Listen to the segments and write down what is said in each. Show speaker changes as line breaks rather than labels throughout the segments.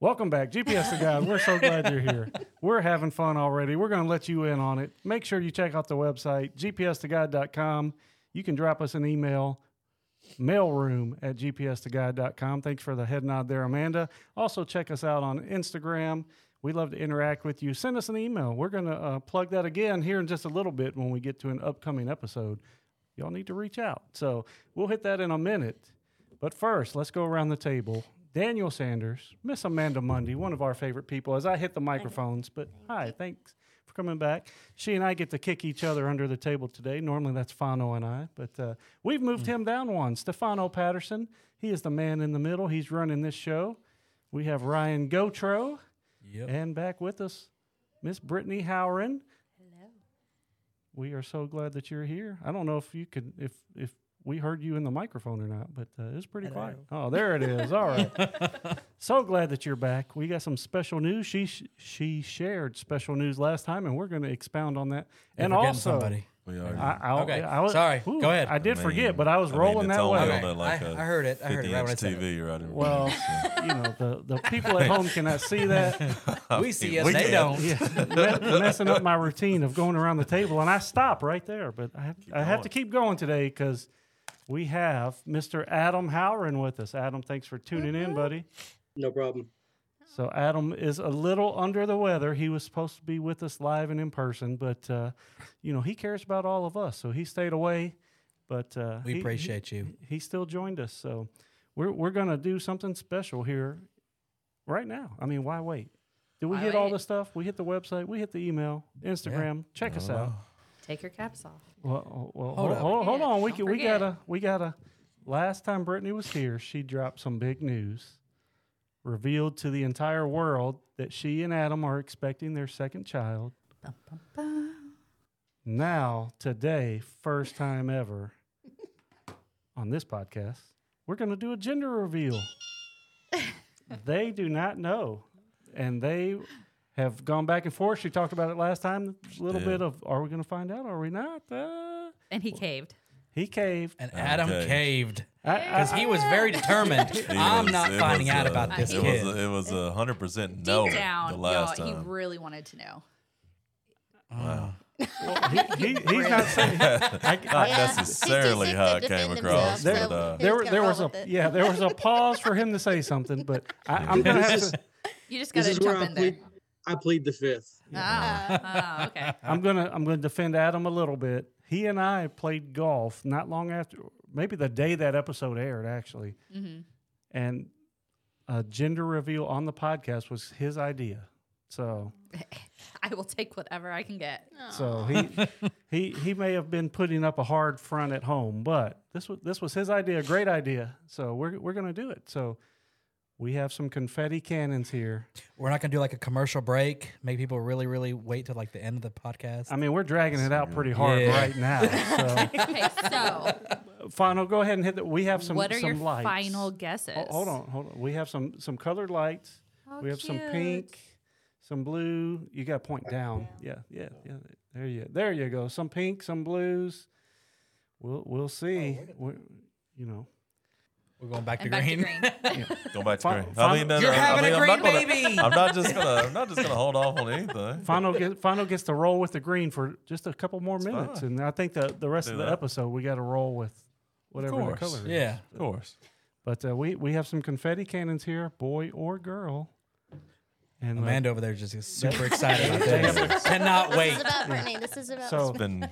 Welcome back, GPS the guys. We're so glad you're here. We're having fun already. We're going to let you in on it. Make sure you check out the website, gpstheguide.com. You can drop us an email, mailroom at gpstheguide.com. Thanks for the head nod there, Amanda. Also, check us out on Instagram. We love to interact with you. Send us an email. We're going to uh, plug that again here in just a little bit when we get to an upcoming episode. Y'all need to reach out. So we'll hit that in a minute. But first, let's go around the table. Daniel Sanders, Miss Amanda Mundy, one of our favorite people, as I hit the microphones. But hi, thanks for coming back. She and I get to kick each other under the table today. Normally that's Fano and I, but uh, we've moved him down one. Stefano Patterson, he is the man in the middle. He's running this show. We have Ryan Gotro,
Yep.
and back with us, Miss Brittany Howren.
Hello.
We are so glad that you're here. I don't know if you could, if if we heard you in the microphone or not, but uh, it was pretty quiet. Oh, there it is. All right. so glad that you're back. We got some special news. She sh- she shared special news last time, and we're going to expound on that.
We're
and
forgetting
also,
somebody.
We are.
I, I'll-
Okay,
I was-
sorry. Go ahead.
I did
I
forget,
mean-
but I was
I mean,
rolling
it's
that
all
way.
held
Okay.
at like
I-
a
I heard it. I heard it
50
right when I
inch
said it.
TV right in
Well,
front of us,
you know the, the people at home cannot see that.
we see
mean,
us.
we
They
can.
don't.
yeah, me- messing up my routine of going around the table, and I stop right there. But I have, I have to keep going today because we have Mr. Adam Howren with us. Adam, thanks for tuning in, buddy.
No problem.
So Adam is a little under the weather. He was supposed to be with us live and in person, but uh, you know he cares about all of us, so he stayed away. But uh,
We
he-
appreciate you.
he still joined us. So we're we're gonna do something special here right now. I mean, why wait? Did we
Why
hit all
wait?
the stuff? We hit the website. We hit the email, Instagram. Check us out.
Take your caps off.
Well, oh, well,
Oh, Hold
hold,
up.
hold, hold
Forget.
on. We
Don't
can, we
forget.
gotta we gotta. Last time Brittany was here, she dropped some big news, revealed to the entire world that she and Adam are expecting their second child.
Bum, bum, bum.
Now, today, first time ever on this podcast, we're going to do a gender reveal. they do not know. And they have gone back and forth. She talked about it last time. A little
Yeah.
bit of, are we going to find out? Are we not? Uh,
And he caved.
he caved.
And Adam
Oh, Okay.
caved
I,
because
I,
he was very determined.
It
I'm
was-
not
it
finding
was,
out
uh,
about this
it
kid.
Was, it was a hundred percent
Deep
no
down,
the last
y'all,
time.
he really wanted to know.
wow.
he, he- he's not saying. I,
Not
I,
necessarily
he's too
how
sick to
it came
defend
across,
himself,
but
so-
uh,
He
there,
was gonna
there was
roll
a
with it.
yeah, there was a pause for him to say something, but I, I'm gonna have to.
You just got
This
to
is where
jump
I
in there.
plead, I plead the fifth.
Ah, ah, okay.
I'm gonna I'm gonna defend Adam a little bit. He and I played golf not long after, maybe the day that episode aired actually,
Mm-hmm.
and a gender reveal on the podcast was his idea. So
I will take whatever I can get.
so he he he may have been putting up a hard front at home, but this was this was his idea, great idea. So we're we're gonna do it. So we have some confetti cannons here.
We're not gonna do like a commercial break. Make people really, really wait till like the end of the podcast.
I mean, we're dragging it out pretty hard
Yeah.
right now.
Okay, so
So final, go ahead and hit that. We have some
what are
some
your
lights.
final guesses?
Ho- Hold on, hold on. We have some some colored lights. we have some pink, some blue. You got to point down. Yeah, yeah, yeah. There you there you go. Some pink, some blues. We'll we'll see. We're- you know,
We're going back to
And back
green.
to green.
uh, go back to
Fin-
green. I mean, no,
You're
no,
having
I mean,
a
I'm not
green
gonna-
baby.
I'm not just gonna. I'm not just gonna hold off on anything.
Fano gets Fano gets to roll with the green for just a couple more minutes,
fine.
and I think the the rest
Do
of the
that.
episode we got to roll with whatever the
course.
color. is.
yeah.
Of course.
But uh, we we have some confetti cannons here, boy or girl. And uh,
Amanda over there just is super excited about
Damn
this. Cannot wait.
This is about Brittany. This is about.
so
been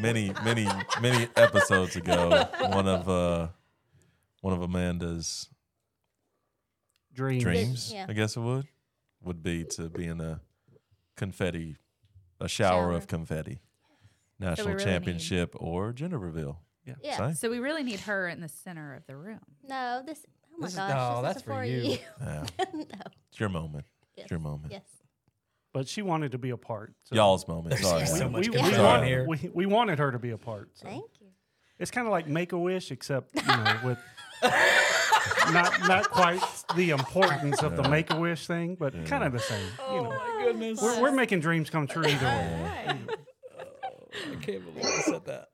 many, many, many episodes ago. One of uh, one of Amanda's
dreams.
dreams,
yeah.
I guess it would, would be to be in a confetti, a shower,
Shower.
of confetti, national
really need-
championship or gender reveal.
yeah.
Sorry.
So we really need her in the center of the room.
No, this. Oh my
This is-
gosh,
no,
this
that's
is
for
for
you.
you.
Yeah,
no.
Ah. it's your moment. It's your moment.
Yes.
But she wanted to be a part. So
Y'all's moment. Sorry.
so
man.
much
we,
going
we
on
want-
here.
We, we wanted her to be a part.
Oh
so.
Thank you.
It's kind of like Make a Wish, except you know, with not not quite the importance of the Make a Wish thing, but kind of the same. You know,
goodness.
we're, we're making dreams come true either way.
I can't believe I said that.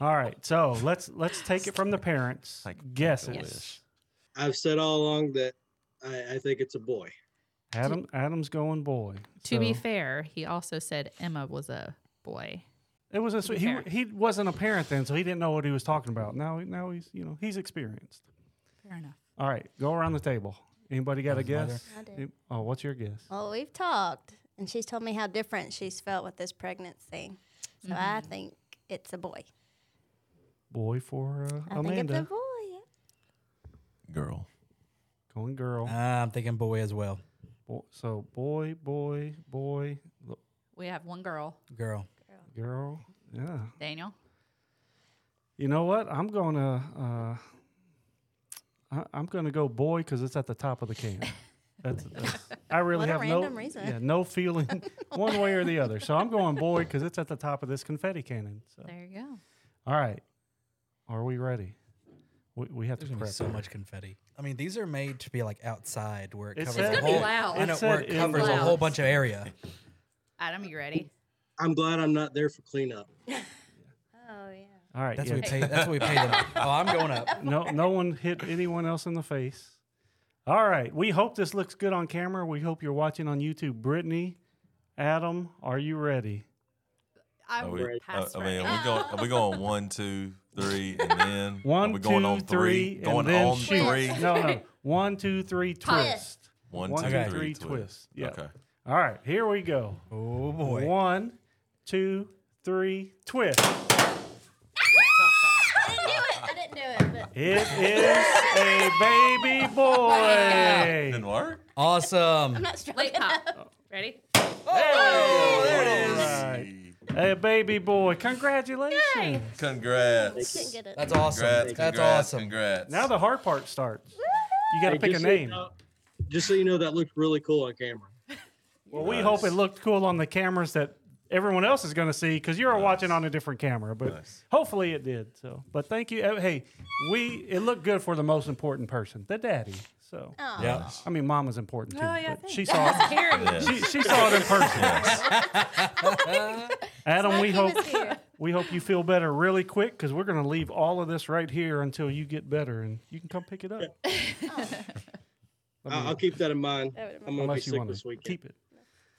All right, so let's let's take it from the parents.
Like
Guess
Make-A-Wish.
it.
I've said all along that I, I think it's a boy.
Adam Adam's going boy.
To be
So,
fair, he also said Emma was a boy.
it was a
to be
sw- he
fair.
he wasn't a parent then, so he didn't know what he was talking about. Now now he's you know he's experienced.
Fair enough.
All right, go around the table. Anybody got a
That was my
guess?
I do.
Any- Oh, what's your guess?
Well, we've talked, and she's told me how different she's felt with this pregnancy. So I think it's a boy.
Boy for
I
uh,
think it's a
Amanda.
boy.
Oh,
Girl.
Going girl.
I'm thinking boy as well.
Bo- so boy, boy, boy, l-
We have one girl,
Girl.
girl. Yeah.
Daniel.
You know what? I'm gonna uh, I, I'm gonna go boy because it's at the top of the can. That's, that's- I really
What a
have no
random reason.
yeah no feeling one way or the other. So I'm going boy because it's at the top of this confetti cannon. So
There you go.
all right, are we ready? We, we have
There's
to
gonna be
prep
so
here.
much confetti. I mean, these are made to be like outside where it,
It
covers
said-
a
It's
whole.
gonna be
loud.
I know,
It
where
said
it
in
covers a
loud.
whole bunch of area.
Adam, you
Oh.
ready?
I'm glad I'm not there for cleanup.
Oh yeah.
All right,
That's
yeah.
what we pay. That's what we pay them. Oh, I'm going up.
no, no one hit anyone else in the face. All right. We hope this looks good on camera. We hope you're watching on YouTube. Brittany, Adam, are you ready?
Are
Oh,
I'm
we,
ready.
uh,
past
I mean,
ready.
are we going? Are we going one, two, three, and then
One,
are we going
two,
on three,
three,
going
and then
on
shoot.
three,
No, no. One, two, three, twist.
one,
One,
two,
two,
three,
three,
twist.
twist. Yeah.
Okay.
All right. Here we go.
Oh boy.
One, two, three, twist.
I didn't do it. I didn't do it. But
It is a baby boy.
Didn't work.
Awesome.
not strong
Late pop. Ready?
All right. A baby boy. Congratulations.
Congrats.
Couldn't get it.
That's awesome.
Congrats.
That's
congrats,
awesome.
Congrats.
Now the hard part starts. You got to
Hey,
pick a
just so you
name.
know- just so you know, that looked really cool on camera.
Well, we hope it looked cool on the cameras that everyone else is going to see because you're watching on a different camera. But
Nice.
hopefully it did. So, but thank you. Uh, Hey, we it looked good for the most important person, the daddy. So,
Yeah.
I mean, mama's important too.
Oh, yeah,
but
thanks.
she saw it.
Carrie.
Yeah.
She, she saw it in person. Adam, we hope
here.
we hope you feel better really quick because we're going to leave all of this right here until you get better and you can come pick it up.
Oh.
I
I-
mean,
I'll keep that in mind.
That would've been
I'm gonna be
unless you
sick
want
this
to
weekend.
keep it.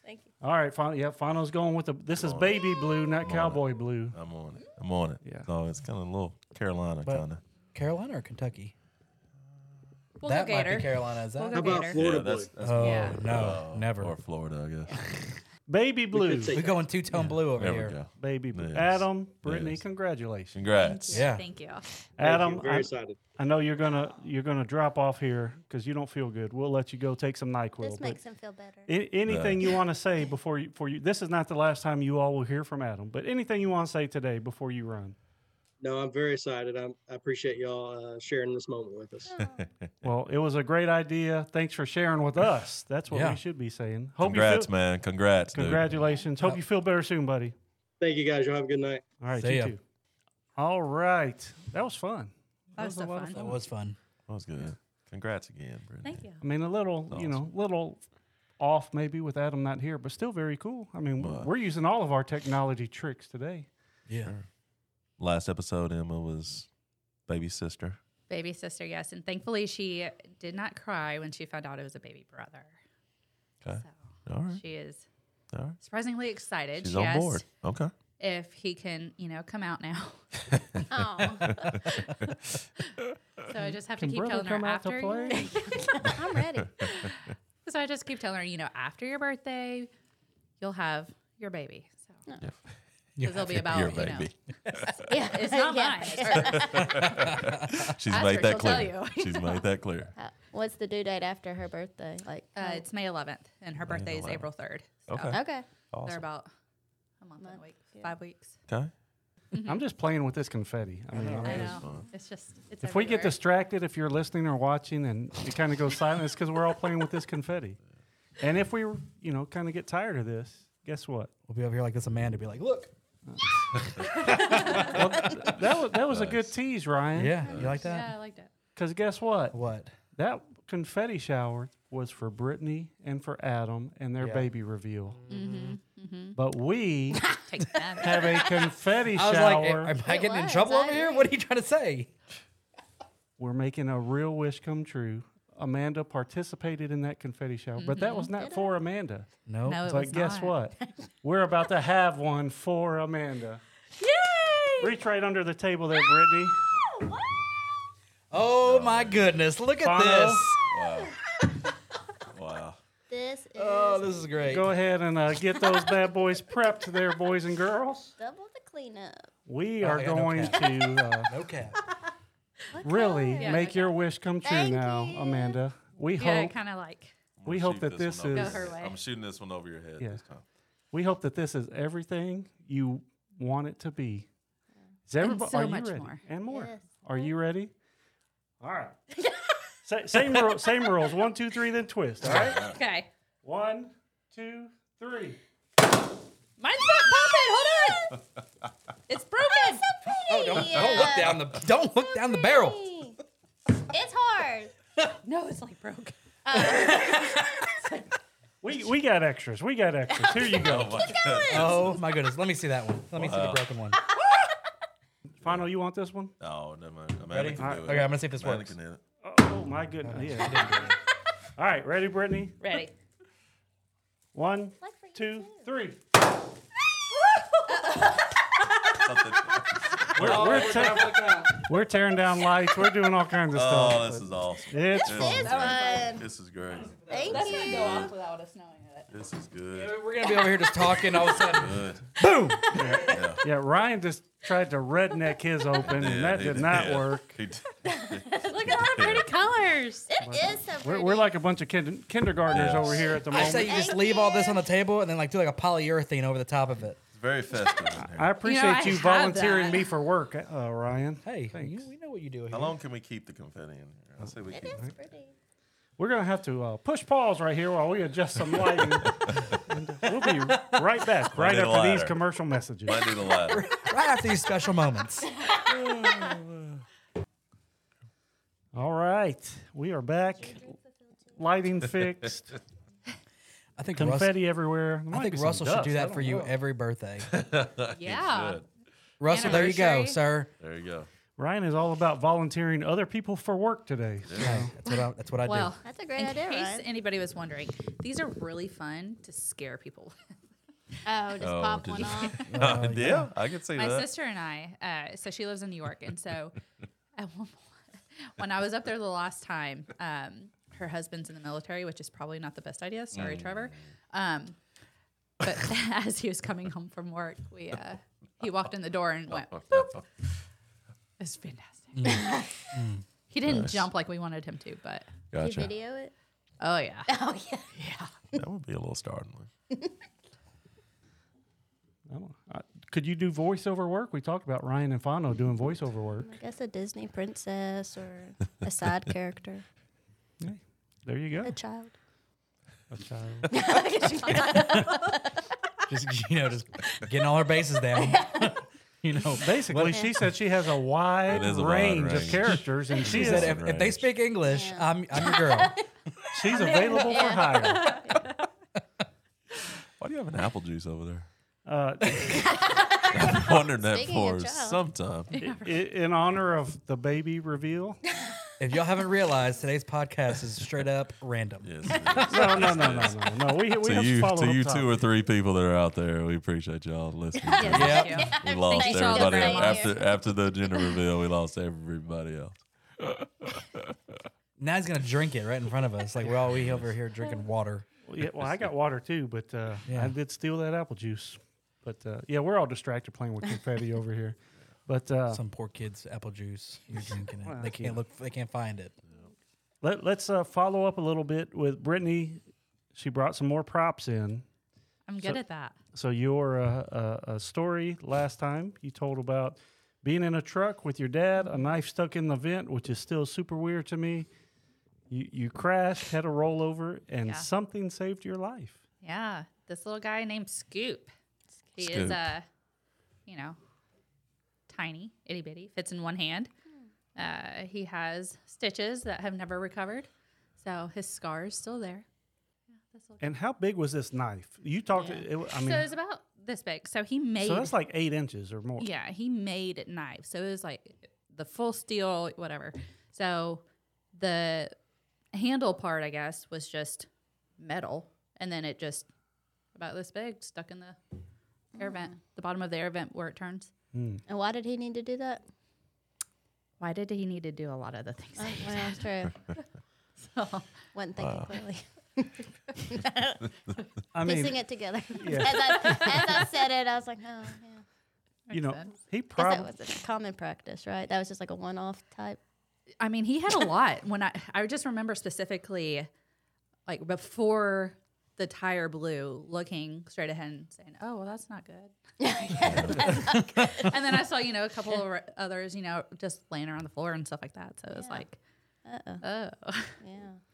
Thank you.
All right, final, yeah, final's going with the. This is baby blue, not cowboy blue.
I'm on it. I'm on it.
Yeah.
So it's kind of a little Carolina
But-
kind of.
Carolina or Kentucky?
We'll
that
go
might
Gator.
be Carolina. Is that?
We'll
How
go
about
Gator.
Florida
yeah, that's,
boy?
that's
oh
Yeah.
no, never.
Or Florida, I guess.
Baby blue,
could say-
We're going two tone blue over
There we
here.
go.
baby blue.
Yes.
Adam, Brittany,
Yes.
congratulations.
Congrats.
Yeah.
Thank you.
Thank you.
Adam,
very
I,
excited.
I know you're gonna you're gonna drop off here because you don't feel good. We'll let you go take some Nyquil.
This
but
makes him feel better.
a- anything you want to say before you, for you, this is not the last time you all will hear from Adam. But anything you want to say today before you run.
No, I'm very excited. I'm, I appreciate y'all uh, sharing this moment with us.
Well, it was a great idea. Thanks for sharing with us. That's what
Yeah.
we should be saying. Hope
Congrats,
you feel,
man. Congrats, dude.
Congratulations. Hope you feel better soon, buddy.
Thank you guys. Y'all have a good night.
All right,
See
you
ya.
too. All right, that was fun.
That was so fun.
That was fun.
That was good. Congrats again, Brittany.
Thank you.
I mean, a little, you know, little off maybe with Adam not here, but still very cool. I mean, w-
But-
we're using all of our technology tricks today.
Yeah.
Last episode, Emma was baby sister.
Baby sister, yes. And thankfully, she did not cry when she found out it was a baby brother.
Okay.
So
All right.
she is
All right.
surprisingly excited.
She's
she
on
asked
board. Okay.
if he can, you know, come out now.
Oh,
So I just have
Can
to keep
brother
telling her
come out to
after.
play?
I'm ready.
so I just keep telling her, you know, after your birthday, you'll have your baby. So
Yeah.
because it'll be about
Your
you know,
baby.
Yeah,
it's not
Yeah.
mine. It's hers.
She's
Ask
made
her,
that
she'll tell
clear.
you.
She's made that clear.
Uh, What's the due date after her birthday? Like,
uh,
how-
it's May 11th, and her birthday is April 3rd. So
Okay.
okay.
they're
Awesome.
about a month, and a
Month,
week,
yeah.
five weeks.
Okay.
I'm just playing with this confetti. I mean,
I
I'm just-
know. It's just it's
if we get
everywhere.
distracted, if you're listening or watching and you kind of go silent, it's because we're all playing with this confetti. And if we, you know, kind of get tired of this, guess what?
We'll be over here like this Amanda be like, look.
That was, that was a good tease, Ryan.
Yeah. You like
Yeah,
that?
I liked it.
Because guess what?
What?
That confetti shower was for Brittany and for Adam and their baby reveal. But we
Mm-hmm. Take that.
have a confetti
I was
shower.
like, am I
It
getting in
was,
trouble
I
over here?
agree.
What are you trying to say?
We're making a real wish come true. Amanda participated in that confetti shower, but that was not for Amanda.
No.
Mm-hmm. No,
It's
it
like,
was
guess
not.
what? We're about to have one for Amanda.
Yay!
Reach right under the table there, Brittany.
Oh my goodness! Look at
Bono.
this.
Wow. wow.
This is
Oh, this is great.
Go ahead and uh, get those bad boys prepped there, boys and girls.
double the cleanup.
We
Oh,
are
I got no
going to uh,
No cap.
really
Yeah,
make
okay.
your wish come true
Thank
now,
you.
Amanda. We
Yeah,
hope
kind of like.
I'm
We
gonna
hope
shoot
that this
one over
is-
your
Go her
head.
way.
I'm shooting this one over your head
Yeah.
this time.
we hope that this is everything you want it to be. Is everybody
so
are you
much
ready?
more.
And more.
Yes.
Are you ready? All right. Sa- same ru- same rules. One, two, three, then twist. All right.
Okay.
One, two, three.
Mine's not popping. Hold on. It's broken.
Oh, don't,
Don't look down the. Don't look down the barrel.
It's hard.
no, it's like broke.
We we got extras. We got extras. Here you go.
Oh my God.
Oh my goodness! Let me see that one. Let me see the
Wow.
broken one.
Final, you want this one?
No, never mind. Amanda
Ready?
can do it.
Okay, I'm gonna see if this
Amanda
works.
can do it.
Oh my goodness. Yeah. All right, ready, Brittany?
Ready.
One,
Like for you,
two,
too.
three.
We're-
We're, we're, te- we're tearing down lights. We're doing all kinds of stuff.
oh, this is awesome.
it's
This
fun.
It's fun.
This is great.
Thank
That's
you.
gonna go off without us knowing it.
This is good.
We're gonna be over here just talking. All of a sudden,
Good.
boom!
Yeah, Ryan just tried to redneck his open, and that
he
did not work.
He did.
Look at all the pretty colors.
It is so pretty.
We're, we're like a bunch of kind- kindergartners
Yeah.
over here at the
I
moment.
say you just
Thank
leave all this
you.
on the table and then like do like a polyurethane over the top of it.
It's very festive in
I
here.
appreciate
I
you
have
volunteering
that.
me for work, uh, Ryan.
Hey, you,
Thanks.
we know what you do. Here.
How long can we keep the confetti in here? I say we
It
keep
is pretty.
We're gonna have to uh, push pause right here while we adjust some lighting. And we'll be right back, right
need a
after these
lighter.
commercial messages.
Might need a ladder.
Right after these special moments.
All right, we are back. Lighting fixed,
I think Russell,
confetti everywhere. There
I
might
think
be some
Russell should
dust,
do
I
that
don't
for you
know.
every birthday.
Yeah.
Good.
Russell, there you go,
Anniversary.
sir.
There you go.
Ryan is all about volunteering other people for work today.
Hey, that's what I, that's what I
Well,
That's a great
in
idea,
case
Ryan.
anybody was wondering, these are really fun to scare people. with.
Oh, just
Oh,
pop
did
one
you-
off.
Uh, yeah, I can see
My
that.
sister and I, uh, so she lives in New York, and so at one point, when I was up there the last time, um, her husband's in the military, which is probably not the best idea. Sorry, Trevor. Um, but as he was coming home from work, we uh, he walked in the door and went.
Uh-huh.
Boop. It's fantastic. he didn't jump like we wanted him to, but
Did you
Gotcha.
video it?
oh yeah,
Oh yeah.
That would be a little startling.
I don't- I- Could you do voiceover work? We talked about Ryan and Fano doing voiceover work.
I guess a Disney princess or a side character,
There you go.
a child.
do. Just you know, just getting all her bases down. you know,
Basically, she said she has a wide
It is
range,
a wide
of
range.
characters, and she
she
is,
said if, if they
Range.
speak English, I'm I'm your girl.
she's available for hire.
Why do you have an apple juice over there?
Uh,
I wondered that
Speaking
for
of child.
some time.
i- in honor of the baby reveal.
If y'all haven't realized, today's podcast is straight up random.
Yes, it is.
No, no, no, no, no, no. We, we
to
have to
you,
follow
to
up
you
top.
two or three people that are out there, we appreciate y'all listening.
Yes,
Yeah.
thank you.
We lost
you so much.
everybody
Thank
else.
you.
after after the gender reveal. We lost everybody else.
Now he's gonna drink it right in front of us. Like we're all we over here drinking water.
Well, yeah, well, I got water too, but uh, I
Yeah.
did steal that apple juice. But uh, yeah, we're all distracted playing with confetti over here. But uh,
Some poor kid's apple juice. You're drinking it.
Well,
they
you
can't
know.
look. They can't find it.
let, us uh, follow up a little bit with Brittany. She brought some more props in.
I'm good at that.
So your uh, uh, uh, story last time you told about being in a truck with your dad, a knife stuck in the vent, which is still super weird to me. You you crashed, had a rollover, and
Yeah.
something saved your life.
Yeah, this little guy named Scoop. He
Scoop.
is uh, you know, tiny, itty bitty, fits in one hand. Uh, he has stitches that have never recovered, so his scar is still there.
And how big was this knife? You talked. It, I mean,
so it's about this big. So he made,
so that's like eight inches or more.
yeah, he made knives. So it was like the full steel, whatever. So the handle part, I guess, was just metal, and then it just about this big stuck in the air vent, the bottom of the air vent where it turns.
And why did he need to do that?
Why did he need to do a lot of the things?
Oh, well, that's true.
So,
Wasn't thinking clearly.
I mean,
Piecing it together.
Yeah.
as, I, as I said it, I was like, oh, yeah.
you know,
Makes sense.
he
Guess
probably.
that was a common practice, right? That was just like a one-off type.
I mean, he had a lot. When I I just remember specifically, like before the tire blew, looking straight ahead and saying, "Oh, well, that's not good." and then I saw, you know, a couple of r- others, you know, just laying around the floor and stuff like that. So it was like, oh,
Yeah.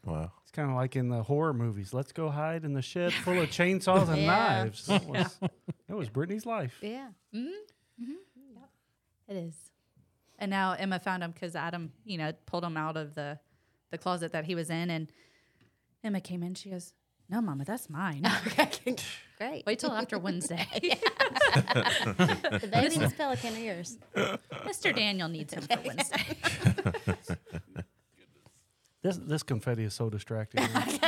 Wow.
It's kind of like in the horror movies. Let's go hide in the shed full of chainsaws and
Yeah.
knives. That was, that was Brittany's life.
Yeah.
it is. And now Emma found him because Adam, you know, pulled him out of the the closet that he was in, and Emma came in. She goes, "No, Mama, that's mine."
Great.
Wait till after Wednesday.
The baby's pelican ears.
Mr. Daniel needs him for Wednesday.
This this confetti is so distracting. It-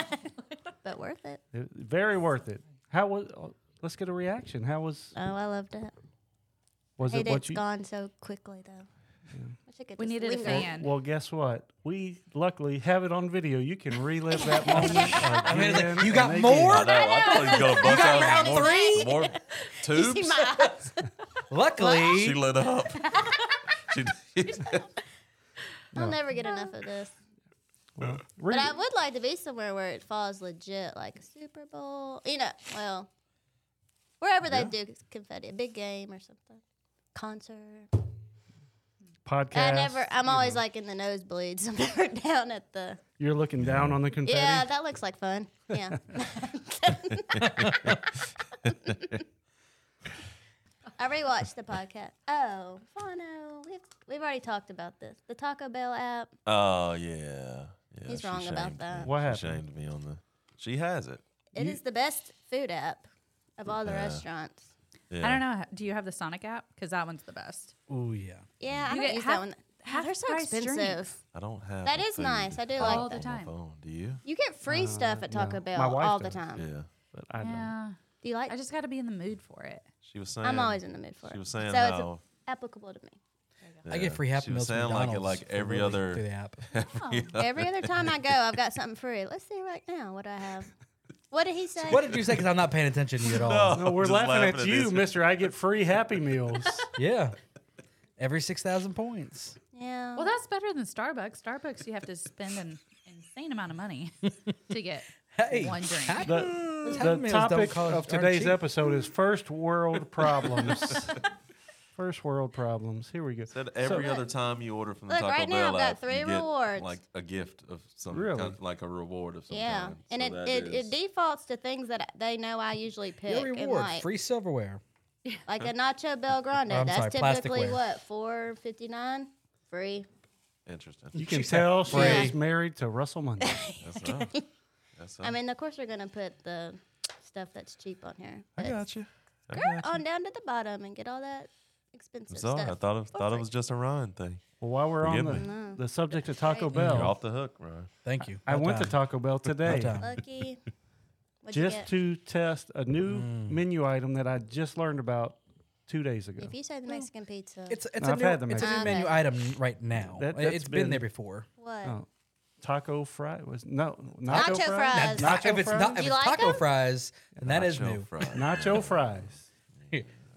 But worth it.
Very worth it. How was? uh, Let's get a reaction. How was?
Oh, I loved it.
Was
Hey,
it what
it's
you?
gone so quickly though. Wish I could
We
just
needed a
linger.
fan.
Well, guess what? We luckily have it on video. You can relive that moment. I
mean, it's like, you got more?
I know. I thought you was gonna bust out some more,
three?
some more
You see
tubes.
my eyes?
Luckily,
She lit up. she did.
I'll never get enough of this. But I would like to be somewhere where it falls legit, like a Super Bowl. You know, well, wherever they do confetti, a big game or something, concert.
podcast.
I never. I'm always like in the nosebleeds. I'm never down at the.
You're looking down on the confetti.
Yeah, that looks like fun. Yeah. I rewatched the podcast. Oh, Fano, we've we've already talked about this. The Taco Bell app.
Oh yeah. yeah
He's
she
wrong about
shamed me.
that.
What
she
happened?
Shamed me on the. She has it.
It is the best food app of all the
Yeah.
restaurants.
Yeah.
I don't know. Do you have the Sonic app? Because that one's the best.
oh yeah.
Yeah, I
You
don't
get
use
half-
that one.
half
They're so
price
expensive.
drinks.
I don't have.
That
the
is
food
nice. I do
app
like
on
that.
my
time.
phone. Do you?
You get free stuff at
no.
Taco
My
Bell
wife
all the
does.
time.
Uh, Yeah.
But I don't.
Yeah.
Do you like?
I just got to be in the mood for it.
She was saying.
I'm always in the mood for
She
it.
was saying
so it's
how.
a- applicable to me.
I get
yeah,
free Happy
she
Meals.
was saying
from
like it
McDonald's
like
for
every
really through the
other.
app.
Every other time I go, I've got something free. Let's see right now. What do I have? What did he say?
What did you say? Because I'm not paying attention to you at all.
No, we're
Just
laughing,
laughing
at
at
you,
this.
Mister. I get free Happy Meals.
Yeah. Every six thousand points.
yeah.
Well, that's better than Starbucks. Starbucks, you have to spend an insane amount of money to get
Hey,
one drink.
happy-
The,
Happy
the
Meals don't
topic
cost-
of
aren't
today's
cheap.
episode is first world problems. first world problems. Here we go.
Said every
So-
other time you order from the
Look,
Taco
right now
Bell
I've got
app,
three
you get
rewards.
like a gift of some
Really?
kind, like a reward of some
yeah,
kind.
and
So
it,
that
it,
is-
it defaults to things that they know I usually pick.
Your
and
reward:
like,
free silverware.
like a nacho bel grande.
I'm
that's
sorry, plastic
typically
ware.
what four fifty nine free.
interesting.
You can
She's like,
tell
"Free."
she's married to Russell Munday.
That's right. That's
I
right.
mean, of course they're gonna put the stuff that's cheap on here.
I
but
got you. I
go
got you.
on down to the bottom and get all that
I'm
expensive
sorry. I
stuff.
thought it, thought it
free.
was just a Ryan thing.
Well, while we're on
Forgive
the,
me.
the subject of Taco
You're
Bell,
off the hook, Ryan.
Thank you.
I
Well
went to
done.
Taco Bell
Well
today
done.
Lucky. What'd you
just
get?
to test a new menu item that I just learned about two days ago.
If you say the Mexican pizza,
It's it's
No,
a
I've
new,
had the
it's a new
Mexican.
menu
Okay.
item right now.
That-
It-
that's
it's been,
been-
there before.
what?
oh, taco fry was no nacho,
Uh, Nacho
fries.
fries.
Nacho
if it's not
fries?
if
You
it's
like
taco
'em?
fries, and that is
Nacho
new.
fries.
Nacho fries.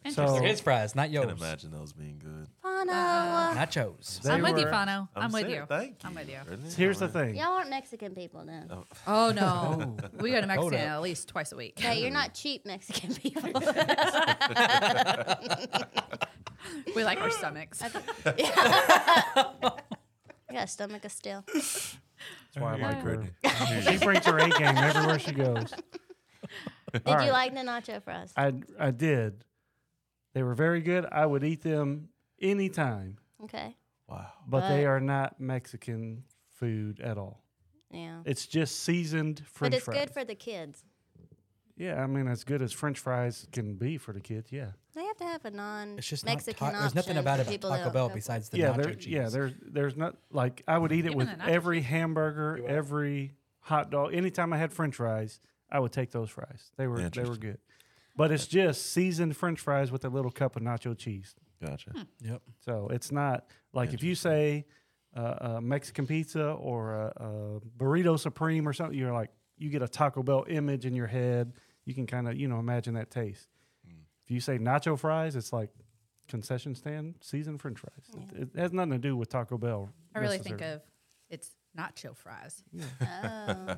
Interesting.
So
They're his fries, not
I can
yours.
imagine those being good.
Fano.
Uh-uh. Nachos.
They
I'm with you,
were-
Fano. I'm, with
serious.
you.
Thank you.
I'm with you.
Brittany.
here's the
All right.
thing.
Y'all aren't Mexican people then. No,
Oh, no. we go to
Hold
Mexican
up.
at least twice a week.
you're not cheap Mexican people.
We like our stomachs.
I got a stomach of steel.
That's why I like her.
Brittany.
She brings her A game everywhere she goes.
Did
All
you
right.
like the nacho fries?
I I did. They were very good. I would eat them anytime,
Okay.
Wow.
but they
But-
are not Mexican food at all.
Yeah.
It's just seasoned French
but it's
fries.
good for the kids.
yeah, I mean as good as French fries can be for the kids. Yeah,
They have to have a non
It's just
Mexican
not. Ta- there's nothing
option
about
for
it at
people
Taco
that
Bell
don't-
besides the
yeah,
nacho
there,
cheese.
yeah. There's there's not like I would eat it
Even
with
the nacho
every hamburger, every hot dog. Anytime I had French fries, I would take those fries. They were they were
Interesting.
good, but it's just seasoned French fries with a little cup of nacho cheese.
Gotcha.
Yep.
So it's not like if you say uh, a Mexican pizza or a, a burrito supreme or something, you're like you get a Taco Bell image in your head. You can kind of you know imagine that taste. If you say nacho fries, it's like concession stand seasoned French fries. It, it has nothing to do with Taco Bell.
I really think
necessarily.
of it's nacho fries.
Oh.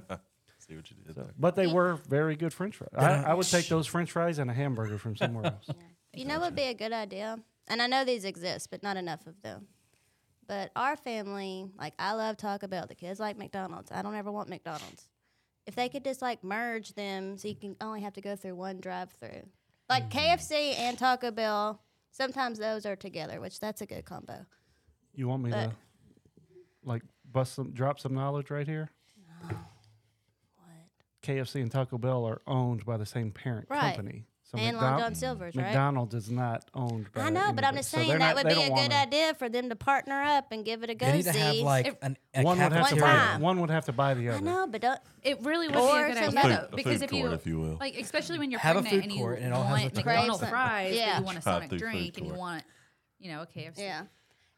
See what you did there.
But they were very good French fries. I, I would take those French fries and a hamburger from somewhere else.
You know what would be a good idea? And I know these exist, but not enough of them. But our family, like I love Taco Bell. The kids like McDonald's. I don't ever want McDonald's. If they could just like merge them so you can only have to go through one drive through. Like
Mm-hmm.
KFC and Taco Bell, sometimes those are together, which that's a good combo.
You want me
But-
to like bust some, drop some knowledge right here? KFC and Taco Bell are owned by the same parent
Right.
company. So
and
McDon-
Long John Silver's, right?
McDonald's is not owned by
I know, but I'm
anybody.
just
So
saying
they're
that
not-
would
they
be a
don't
good
wanna-
idea for them to partner up and give it a go.
They need to have
see.
like an a
One would, have to
One
buy,
time.
one would have to buy the
I
other.
know, but don't.
It really would be
Or
a good
some
idea
other-
though, because
food
if you
court, if you will.
Like especially when you're
Have a food
pregnant and you
court and it all has
want
the
McDonald's
McDonald's.
fries,
Yeah.
but you want a
Drive-through
Sonic
food
drink and you
court.
want, you know, a KFC.
Yeah.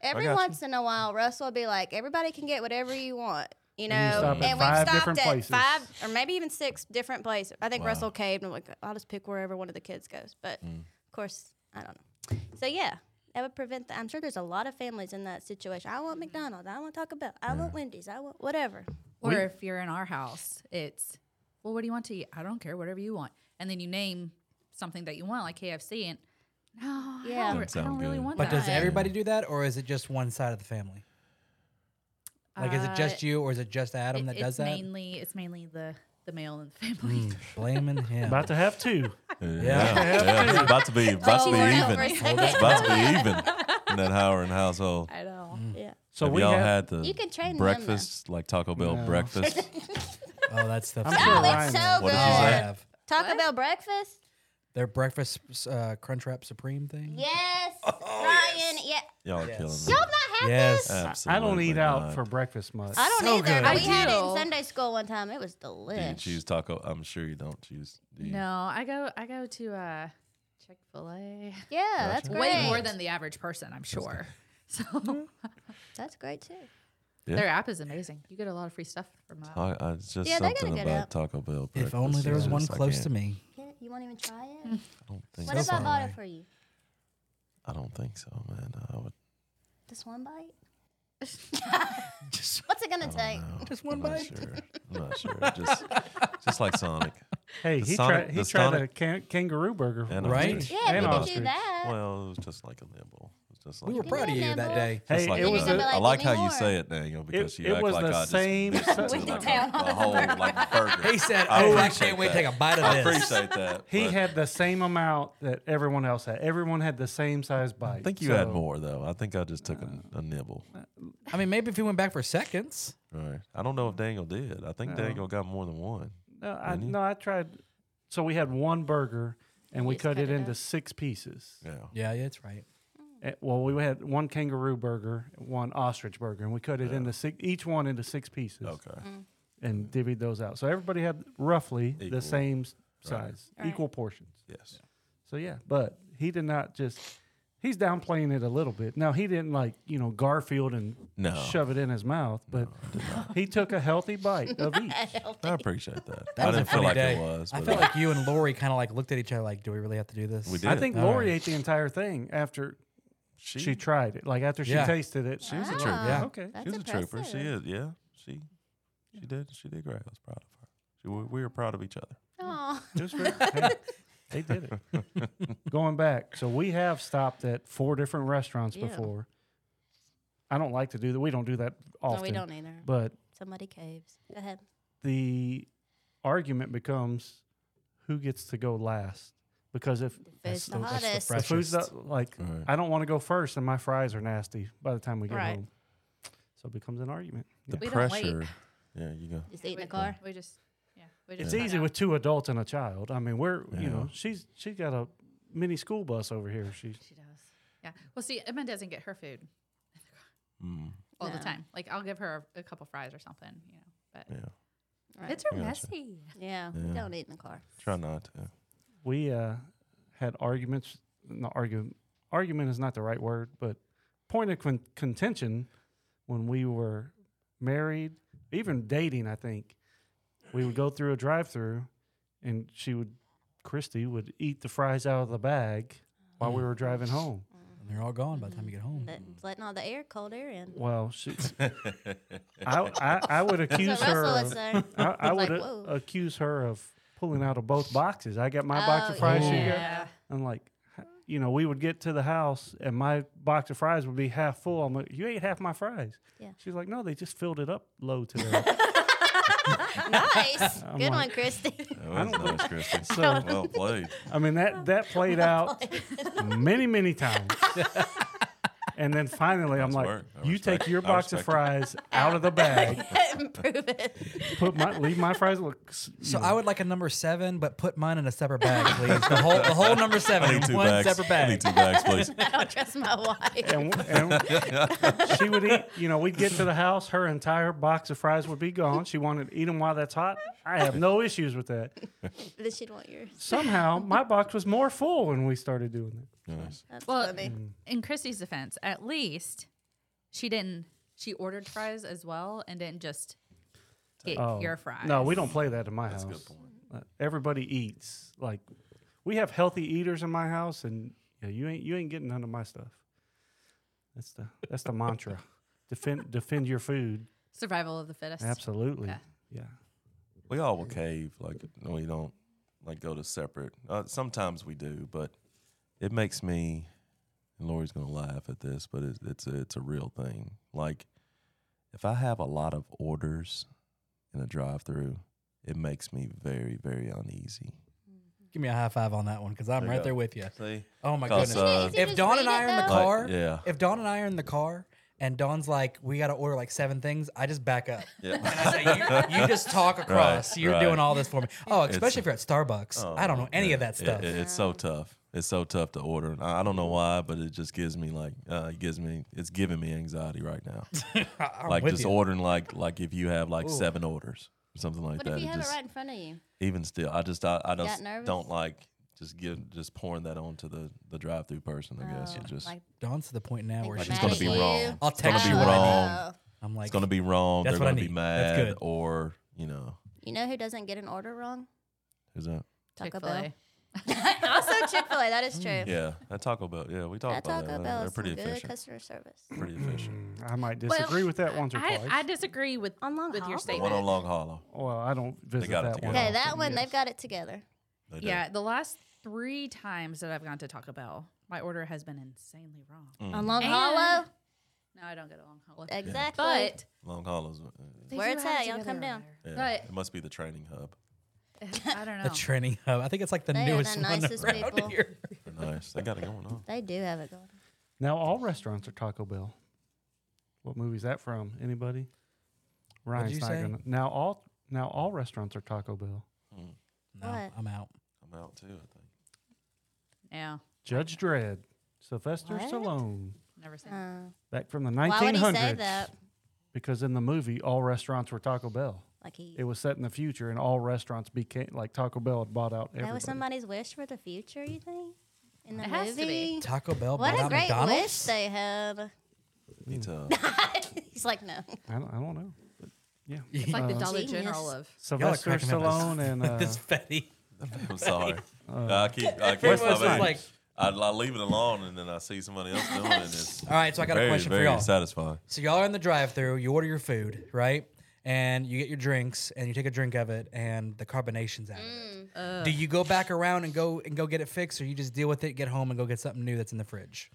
Every
got you.
once in a while, Russ will be like, "Everybody can get whatever you want," you know.
And you stop at five
and we've stopped
different
at
places.
five or maybe even six different places. I think
Wow.
Russell caved and like, "I'll just pick wherever one of the kids goes." But of course, I don't know. So yeah, that would prevent. The, I'm sure there's a lot of families in that situation. I want McDonald's. I want Taco Bell. I want Wendy's. I want whatever.
Or if you're in our house, it's, well, what do you want to eat? I don't care, whatever you want. And then you name something that you want, like KFC, and no,
Yeah.
I don't,
Doesn't
I
sound
don't really
good.
want
But
that.
does everybody do that, or is it just one side of the family? Like, is
Uh,
Uh,
it just you, or is it just Adam
It-
that
it's
does that? Hmm,
mainly it's mainly the the male in
Hmm.
the family.
Blaming him.
About to have two.
Yeah.
Yeah.
yeah, It's about to be about to be
Over and
even.
over
It's
again.
about to be even in that Howard household.
I know.
Yeah.
So
have
we
y'all
have,
had the
You can train them, though.
breakfast like Taco Bell
No.
breakfast?
oh, that stuff.
I'm
so
sure
good.
Ryan
it's so
has.
What
Oh,
did
I
good.
have.
Taco Bell breakfast.
Their breakfast uh, Crunchwrap Supreme thing.
Yes, Ryan. Yeah.
Y'all are
Yes.
killing me.
Y'all have not had
Yes.
this.
I don't
Absolutely
eat out
not.
for breakfast much.
I don't
So
either.
good.
but
I
We had it in
do.
Sunday school one time. It was
Do you
delicious.
choose taco? I'm sure you don't choose. Do you?
No, I go I go to uh Chick fil A.
Yeah, that's great.
Way more than the average person, I'm sure. So
that's great too.
Yeah.
Their app is amazing. You get a lot of free stuff from uh, that.
Ta- I, it's just
Yeah, they gotta
something
get
about
up.
Taco Bell.
If
breakfast.
only there
It's
was one
just, I
close
can't-
to me.
Get it? You won't even try it.
I don't think
what if
so.
I
far
bought
away.
it for you?
I don't think so, man. I would.
Just one bite.
Just,
What's it gonna
I
take?
don't know.
Just one
I'm not
bite?
sure. I'm not sure. Just, just like Sonic.
hey,
The
he
Sonic-
tried, he
the
tried a
Sonic-
can, kangaroo burger.
And
Right?
ostrich.
Yeah,
And
we could
ostrich.
do that.
Well, it was just like a nibble. It was just like
we were
a
proud of you that
Remember?
day.
Just
Hey,
like
it
a
was
nibble.
a-
I
Like,
like how
give me
you
more.
say it, Daniel, because you
it
act
was
like
the
I just
same
bit into,
sentence.
like a, a whole like burger.
He said,
I
"Oh, I
appreciate
can't wait to
that.
take a bite
I
of this."
appreciate that.
He
but
had the same amount that everyone else had. Everyone had the same size bite.
I think you had more though. I think I just took a, a nibble.
I mean, maybe if he went back for seconds.
Right. I don't know if Daniel did. I think Daniel got more than one.
No, I, no, I tried. So we had one burger and we cut it into six pieces.
Yeah.
Yeah, yeah, that's right.
Eh, Well, we had one kangaroo burger, one ostrich burger, and we cut it into six, each one into six pieces
Okay.
Mm.
and divvied those out. So everybody had roughly
Equal.
the same s- size, equal portions.
Yes.
So yeah, but he did not just. He's downplaying it a little bit. Now he didn't like you know Garfield and
No.
Oh.
shove it in his mouth, but he took a healthy bite of each.
I appreciate that.
That
I
was a
didn't feel
funny
like
day.
it was.
I
but
felt like you and Lori kind of like looked at each other like, "Do we really have to do this?"
We did.
I think
All
Lori
right.
ate the entire thing after
she,
she, tried it. Like after she
Yeah.
tasted it, she
She's a
Ah,
trooper.
Wow.
Yeah.
okay.
That's
She's a trooper. She
impressive.
is. Yeah. She she did. She did great. I was proud of her. She, we, we were proud of each other.
Aw.
Hey, they did it. Going back, so we have stopped at four different restaurants before. I don't like to do that. We don't do that often.
No, we don't either.
But
Somebody caves. Go ahead.
the argument becomes who gets to go last because if
Food's the
the- that's the
hottest.
the food's
Freshest.
not, like
Right.
I don't want to go first and my fries are nasty by the time we get
Right.
home. So it becomes an argument.
The
We don't wait.
pressure. Yeah, you go.
Just eat in
we-
the car.
We just yeah. We just
It's
hung
easy
out.
with two adults and a child. I mean, we're
Yeah.
you know she's she's got a mini school bus over here. She's
She does.
Yeah. Well, see, Emma doesn't get her food
Mm,
all the
No.
time. Like I'll give her a, a couple fries or something, you know. But
yeah.
Right.
it's her
I gotcha.
messy.
yeah, we
Yeah.
don't eat in the car.
Try not to.
we uh, had arguments. Not argue. Argument is not the right word, but point of con- contention when we were married, even dating. I think we would go through a drive-through, and she would, Christy would eat the fries out of the bag while we were driving home.
And they're all gone by the time you get home.
Let- letting all the air, cold air in.
Well, she, I, I, I would accuse
That's what
her.
Russell
Of,
was saying.
I, I
Like,
would a-
whoa.
accuse her of pulling out of both boxes. I got my box of
Oh,
fries. She got.
Yeah.
I'm like, h- you know, we would get to the house and my box of fries would be half full. I'm like, you ate half my fries.
Yeah.
She's like, no, they just filled it up low today.
nice.
I'm
Good
like-
one, Christy.
That was
don't-
Oh, nice, Christy.
So-
well played.
I mean, that that played out many, many times. and then finally, I'm
Nice
like,
work. I
you
respect-
take your
I
box of
respect it.
fries out of the bag.
Prove it.
Put my leave my fries. Look, s- you
So
know,
I would like a number seven, but put mine in a separate bag, please. The whole, the whole number seven
I
in
need two
one
bags.
separate
I need
bag.
two bags, please.
I don't trust my wife.
and, and she would eat. You know, we'd get to the house, her entire box of fries would be gone. She wanted to eat them while that's hot. I have no issues with that.
But she'd want yours.
Somehow, my box was more full when we started doing that.
Nice.
That's
Well,
funny.
Mm.
In Christy's defense, at least she didn't. She ordered fries as well and didn't just get
Oh,
your fries.
No, we don't play that in my
That's a
house.
good point.
Uh, Everybody eats. Like we have healthy eaters in my house, and yeah, you ain't you ain't getting none of my stuff. That's the that's the mantra. Defend defend your food.
Survival of the fittest.
Absolutely.
Yeah.
Yeah.
We all will cave. Like we don't like go to separate. Uh, sometimes we do, but it makes me. And Lori's gonna laugh at this, but it's it's a, it's a real thing. Like if I have a lot of orders in a drive-through, it makes me very very uneasy.
Give me a high five on that one because I'm
There you
right
go.
there with you.
See,
Oh my
Cause,
goodness.
uh,
Did you
if
just
Dawn
read
and I
it,
are in the
though?
Like,
car,
yeah.
if Dawn and I are in the car and Dawn's like, we got to order like seven things, I just back up. And I
yeah.
say, you, you just talk across. You're
right.
doing all this for me. Oh,
It's- Oh,
especially if you're at Starbucks. I don't know any of that
It-
stuff. Mm-hmm.
it- it's so tough. It's so tough to order. And I I don't know why, but it just gives me like uh, it gives me it's giving me anxiety right now.
I- I'm
like
with
just
you.
ordering like like if you have like seven orders or something like
What
that.
if you
it
have it
just-
right in front of you?
Even still, I just I, I just
nervous?
don't like just give just pouring that on to the the drive through person. I guess it just
Oh, like,
Dawn's to the point now where
like
like
she's
it's
mad
going
gonna
at
to be.
be
you.
wrong.
I'll
gonna
text
be
you.
Oh,
what I need.
wrong.
no.
I'm like,
It's gonna be wrong.
That's
They're
what I
gonna be
need. That's
mad
good.
or you know
You know who doesn't get an order wrong?
is that
Taco Bell.
Chick-fil-A.
also Chick Fil A. That is true.
yeah that Taco Bell yeah we talked
That
about that.
Taco
They're-
Bell
They're
is some
pretty
good
efficient.
customer service.
Pretty efficient.
Mm, I might disagree with that once or
I,
twice.
I disagree with
On Long
with your
Haul?
The
statement.
one on Long Hollow.
well, I don't visit
got it
that one.
together.
Okay,
Wow.
that one
Yes.
they've got it together.
They do.
yeah, the last three times that I've gone to Taco Bell, my order has been insanely wrong.
On Long
And-
Hollow,
No, I don't get along. Hollow.
exactly.
But
Long Hollow's. uh,
they
Where
do
it's
have it
at, y'all come
together
down.
over
Yeah,
Right.
It must be the training hub.
there. I don't know.
the training hub. I think it's like the
They are the
newest one
nicest
around
people.
here.
They're nice. They got it going on.
they do have it going.
Now all restaurants are Taco Bell. What movie is that from? Anybody? Ryan's
you
not
say?
gonna. Now all now all restaurants are Taco Bell.
No,
What?
I'm out.
I'm out too. I think.
Yeah,
Judge Dredd, Sylvester
What?
Stallone,
never seen. it.
Uh,
back from the 1900s.
why would he say that?
Because in the movie, all restaurants were Taco Bell.
Like he
It was set in the future, and all restaurants became like Taco Bell had bought out everybody.
that was somebody's wish for the future. You think in the
It
movie?
has to be.
Taco Bell.
What
bought
a
out
great
McDonald's?
wish they had.
Me too.
He's like, no.
I don't, I don't know. But yeah,
It's like the
Uh,
Dollar
Genius.
General of
Sylvester
cracking me up.
Stallone and uh,
It's fatty.
I'm sorry.
Uh,
I keep. I keep.
First one was
I, mean,
like-
I, I leave it alone, and then I see somebody else doing it. It's
All right, so I got
very,
a question
very
for y'all.
satisfying.
So y'all are in the drive-through. You order your food, right? And you get your drinks, and you take a drink of it, and the carbonation's out of it. Do you go back around and go and go get it fixed, or you just deal with it, get home, and go get something new that's in the fridge?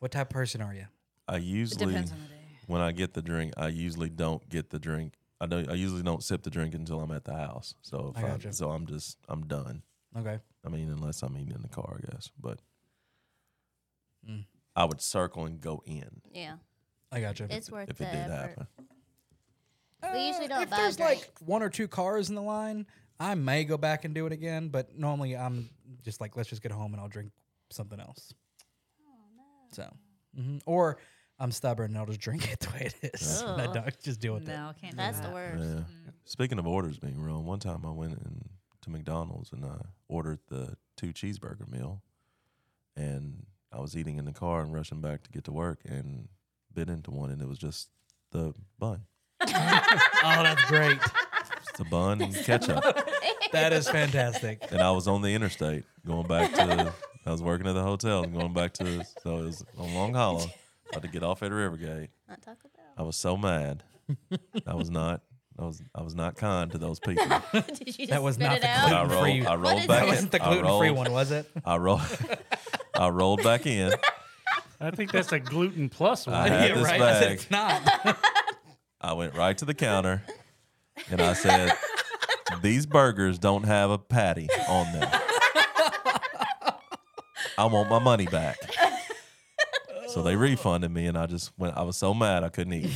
What type of person are you?
I usually,
depends on the day.
when I get the drink, I usually don't get the drink. I don't. I usually don't sip the drink until I'm at the house. So if
I
I
gotcha.
so I'm just I'm done.
Okay.
I mean, unless I'm eating in the car, I guess. But
Mm.
I would circle and go in
Yeah,
I gotcha.
it's worth
if
the
it did
effort.
happen.
Uh,
We usually don't
if
buy a
there's
drink.
like one or two cars in the line, I may go back and do it again. But normally, I'm just like, let's just get home and I'll drink something else.
Oh,
So, mhm. or I'm stubborn and I'll just drink it the way it is. And I
Ugh.
don't just deal with it.
No, can't. do
That's the
that.
worst.
Yeah.
Mm.
Speaking of orders being wrong, one time I went in to McDonald's and I ordered the two cheeseburger meal, and I was eating in the car and rushing back to get to work and bit into one and it was just the bun,
Oh, that's great.
just the bun and ketchup.
That is fantastic.
and I was on the interstate going back to. I was working at the hotel and going back to. So it was on Long Hollow. About to get off at Rivergate.
Not Taco Bell.
I was so mad. I was not. I was. I was not kind to those people.
Did you
That
just
was
spit
not
it
the
out?
And I
Gluten
rolled.
free.
I
What
rolled
is
back.
That
it?
in-
wasn't the
I
gluten free
rolled-
one, was it?
I rolled. I rolled back in.
I think that's a gluten plus one.
I had this
right. I said
bag.
it's not.
I went right to the counter, and I said, "These burgers don't have a patty on them. I want my money back." So they refunded me, and I just went. I was so mad I couldn't eat.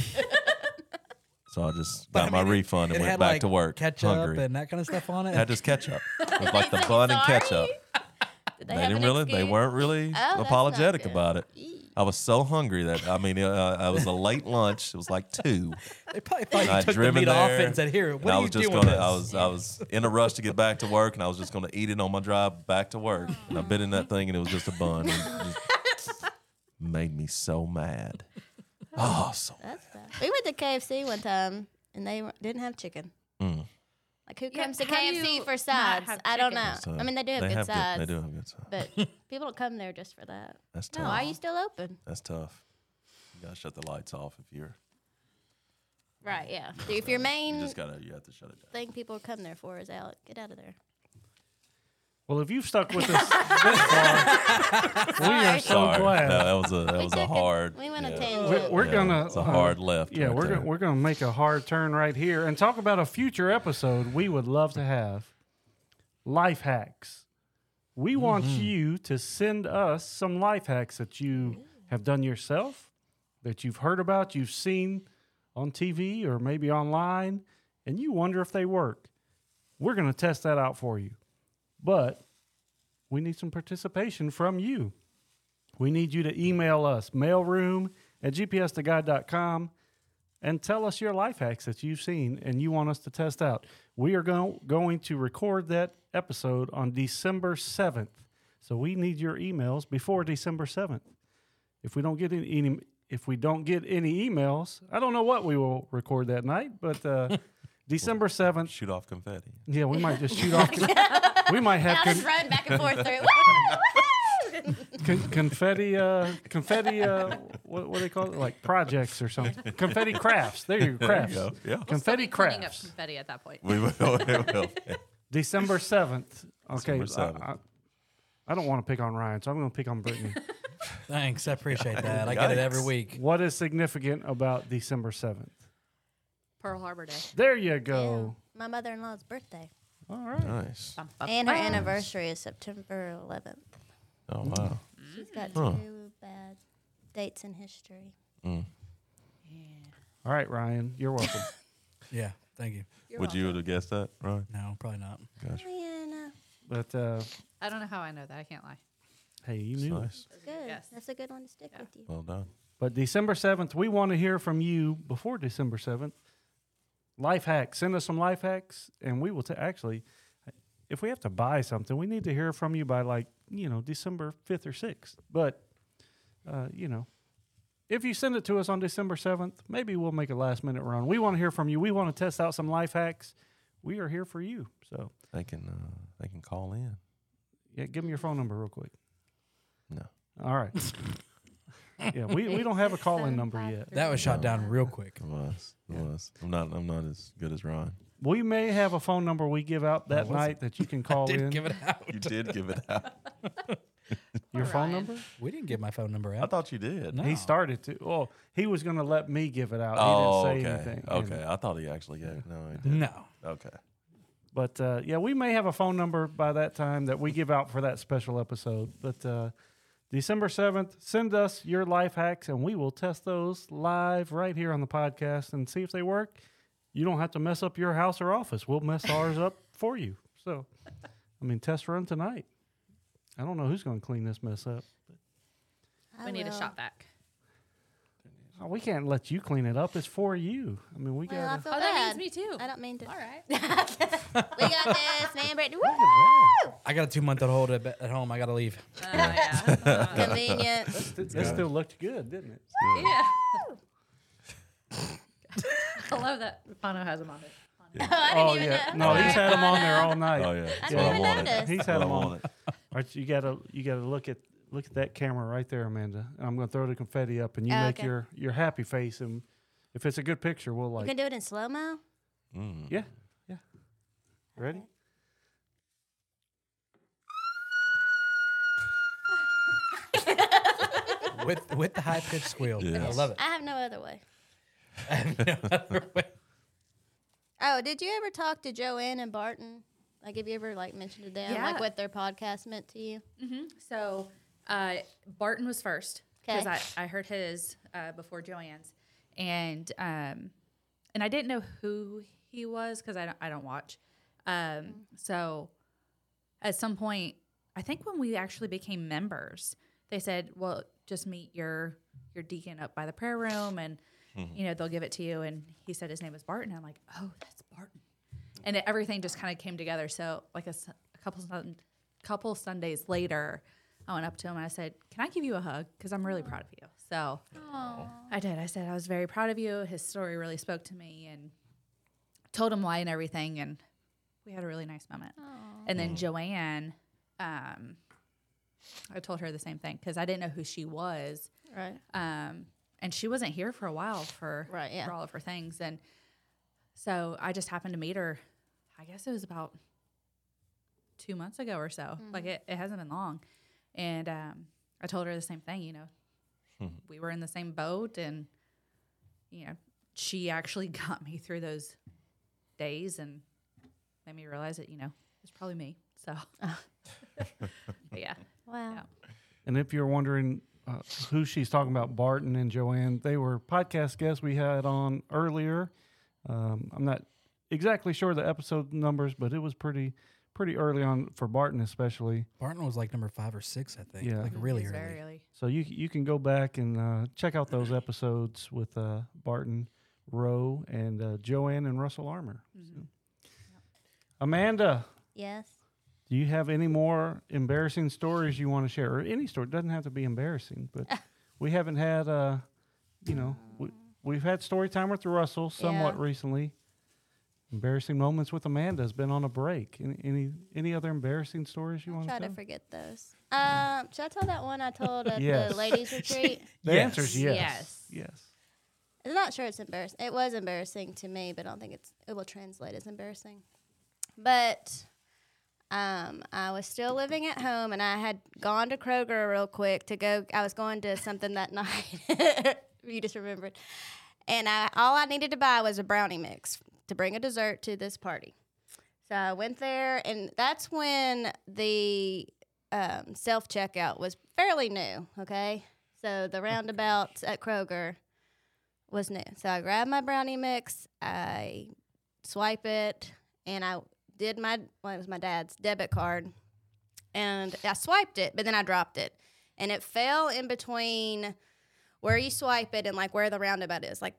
So I just
But
got
I
my
mean, it-
refund
it
and
had,
went back
like,
to work
Ketchup
hungry.
and that kind of stuff on it.
had just ketchup. It was like the
They said
bun and
sorry?
ketchup.
Did
They,
have
didn't
an
really. They
excuse? Oh,
weren't really
that's not
apologetic
good.
about it.
Eee.
I was so hungry that I mean, uh, I was a late lunch. It was like two.
they probably, probably
And I'd
took the
driven
meat off
there,
and said, "Here,
and
what
I
are you
was just
doing?"
gonna.
with this?"
I was I was in a rush to get back to work, and I was just gonna eat it on my drive back to work. And I bit in that thing, and it was just a bun. And it just made me so mad. Oh, so
That's bad. We went to KFC one time and they were- didn't have chicken.
Mm.
Like who
Yeah,
comes to
how do
KFC
you
for
not
sides?
have
I don't
chicken?
know.
So
I mean, they do have good
have
sides,
Good, they do have good sides.
but people don't come there just for that.
That's
No,
tough.
why are you still open?
That's tough. You gotta shut the lights off if you're.
Right? Yeah. If your
You
main
just gotta. You have to shut it down.
thing people come there for is out, get out of there.
Well, if you've stuck with us this far, we are so
Sorry.
glad.
No, that was a that was a
took a-
hard.
we went a
yeah.
tangent.
We're, we're
Yeah,
gonna.
It's a
uh,
hard left.
yeah,
right
we're
there.
gonna, we're gonna make a hard turn right here and talk about a future episode we would love to have. Life hacks. We want
Mm-hmm.
you to send us some life hacks that you have done yourself, that you've heard about, you've seen on TV or maybe online, and you wonder if they work. We're gonna test that out for you, but we need some participation from you. We need you to email us, mailroom at gpstheguide.com, and tell us your life hacks that you've seen and you want us to test out. We are go- going to record that episode on December 7th. So we need your emails before December 7th. If we don't get any, any if we don't get any emails, I don't know what we will record that night, but uh, December 7th,
shoot off confetti.
yeah, we might just shoot off. we might have
I'll
con-
just run back and forth through. Woo! Woo!
Con- confetti, uh, confetti, uh, what, what do they call it? Like projects or something. Confetti crafts. There you go. Crafts.
There you go. Yeah.
Confetti
Stop cleaning up
crafts.
confetti at that point.
We will. We will.
December 7th. Okay.
December 7th.
I, I, I don't want to pick on Ryan, so I'm going to pick on Brittany.
Thanks, I appreciate that. I get it every
Yikes.
week.
what is significant about December 7th?
Pearl Harbor Day.
There you go.
My mother-in-law's birthday
All right.
Nice.
Bum, bum,
and her
bum.
anniversary is September 11th.
Oh wow.
She's got
Huh.
two bad dates in history.
All right, Ryan. You're welcome.
Yeah, thank you.
Would you have guessed that, Ryan?
No, probably not.
Diana,
but uh,
I don't know how I know that. I can't lie.
hey, you
It's
knew. it.
nice.
good.
Yes.
That's a good one to stick with you.
Well done.
But December 7th, we want to hear from you before December 7th. Life hacks. Send us some life hacks, and we will t- actually, if we have to buy something, we need to hear from you by like, you know, December 5th or 6th. But, uh, you know, if you send it to us on December 7th, maybe we'll make a last minute run. We want to hear from you. We want to test out some life hacks. We are here for you. So,
They can uh, they can call in.
yeah, give me your phone number real quick.
No.
All right. yeah, we, we don't have a call in number yet.
That was shot down real quick.
It was. It was. I'm not I'm not as good as Ryan.
We may have a phone number we give out that
Oh, was
night that you can call in.
Didn't give it out.
You did give it out.
Your phone
Ryan.
number?
We didn't give my phone number
I
out.
thought you did.
No.
He started to. Well, he was going to let me give it out.
Oh,
he didn't say
okay.
anything. you
okay.
know.
I thought he actually gave. No, he didn't.
No.
Okay.
But uh, yeah, we may have a phone number by that time that we give out for that special episode. But uh, December 7th, send us your life hacks and we will test those live right here on the podcast and see if they work. You don't have to mess up your house or office. We'll mess ours up for you. So, I mean, test run tonight. I don't know who's going to clean this mess up.
I
we need a
will.
shop vac.
Oh, we can't let you clean it up. It's for you. I mean, we
Well, I
got.
feel
Oh, that
bad.
means me too.
I don't mean to.
All right.
we got this, man, Brittany. Woo!
I got a two month old at, at home. I gotta leave.
Uh, yeah.
Convenient.
That still looked good, didn't it?
yeah. I love that Bono has them on it.
oh, I didn't even know.
no, he's had them on there all night.
Oh yeah, that's
I
what I
never
wanted.
noticed.
He's
That's what
had
I
them on.
wanted.
All right, you gotta you gotta look at look at that camera right there, Amanda. And I'm gonna throw the confetti up, and you
Oh,
make
okay.
your your happy face, and if it's a good picture, we'll
You
like.
can do it in slow mo.
Mm.
yeah, yeah. Ready?
with with the high pitched squeal. I
Yes.
love it.
I have no other way.
I have no other way.
Oh, did you ever talk to Joanne and Barton? Like, have you ever like mentioned to them
Yeah.
like what their podcast meant to you?
So uh, Barton was first
'Kay.
because I, I heard his uh, before Joanne's, and um, and I didn't know who he was because I don't, I don't watch. Um, so at some point, I think when we actually became members, they said, "Well, just meet your your deacon up by the prayer room, and you know they'll give it to you." And he said his name was Barton. I'm like, "Oh, that's Barton," and it, everything just kind of came together. So like a, s- a couple sun, couple Sundays later, I went up to him and I said, "Can I give you a hug? Because I'm really proud of you." So I did. I said I was very proud of you. His story really spoke to me, and told him why and everything, and we had a really nice moment. And then Joanne, um, I told her the same thing because I didn't know who she was,
Right.
um, and she wasn't here for a while for
Right, yeah.
for all of her things, and so I just happened to meet her. I guess it was about two months ago or so. Like it, it hasn't been long, and um, I told her the same thing. You know, we were in the same boat, and you know, she actually got me through those days and made me realize that you know it's probably me. So, but yeah.
Wow.
Yeah.
And if you're wondering uh, who she's talking about, Barton and Joanne, they were podcast guests we had on earlier. Um, I'm not exactly sure the episode numbers, but it was pretty pretty early on for Barton especially.
Barton was like number five or six, I think.
Yeah.
Like really
It's
early.
very early.
So you you can go back and uh, check out those episodes with uh, Barton Rowe and uh, Joanne and Russell Armour. So. Amanda,
Yes.
do you have any more embarrassing stories you want to share, or any story? Doesn't have to be embarrassing, but we haven't had uh, you know we, we've had story time with Russell somewhat
Yeah.
recently. Embarrassing moments with Amanda has been on a break. Any any, any other embarrassing stories you
I'll
want
try
to
to
tell?
forget those. Um, should I tell that one I told at
Yes.
the ladies retreat?
The
Yes.
answer is yes. Yes.
I'm not sure it's embarrassing. It was embarrassing to me, but I don't think it's it will translate as embarrassing. But um, I was still living at home, and I had gone to Kroger real quick to go. I was going to something that night. you just remembered, and I all I needed to buy was a brownie mix to bring a dessert to this party. So I went there, and that's when the um, self checkout was fairly new. Okay, so the roundabouts at Kroger was new. So I grabbed my brownie mix, I swipe it, and I did my well, it was my dad's debit card, and I swiped it, but then I dropped it, and it fell in between where you swipe it and like where the roundabout is, like.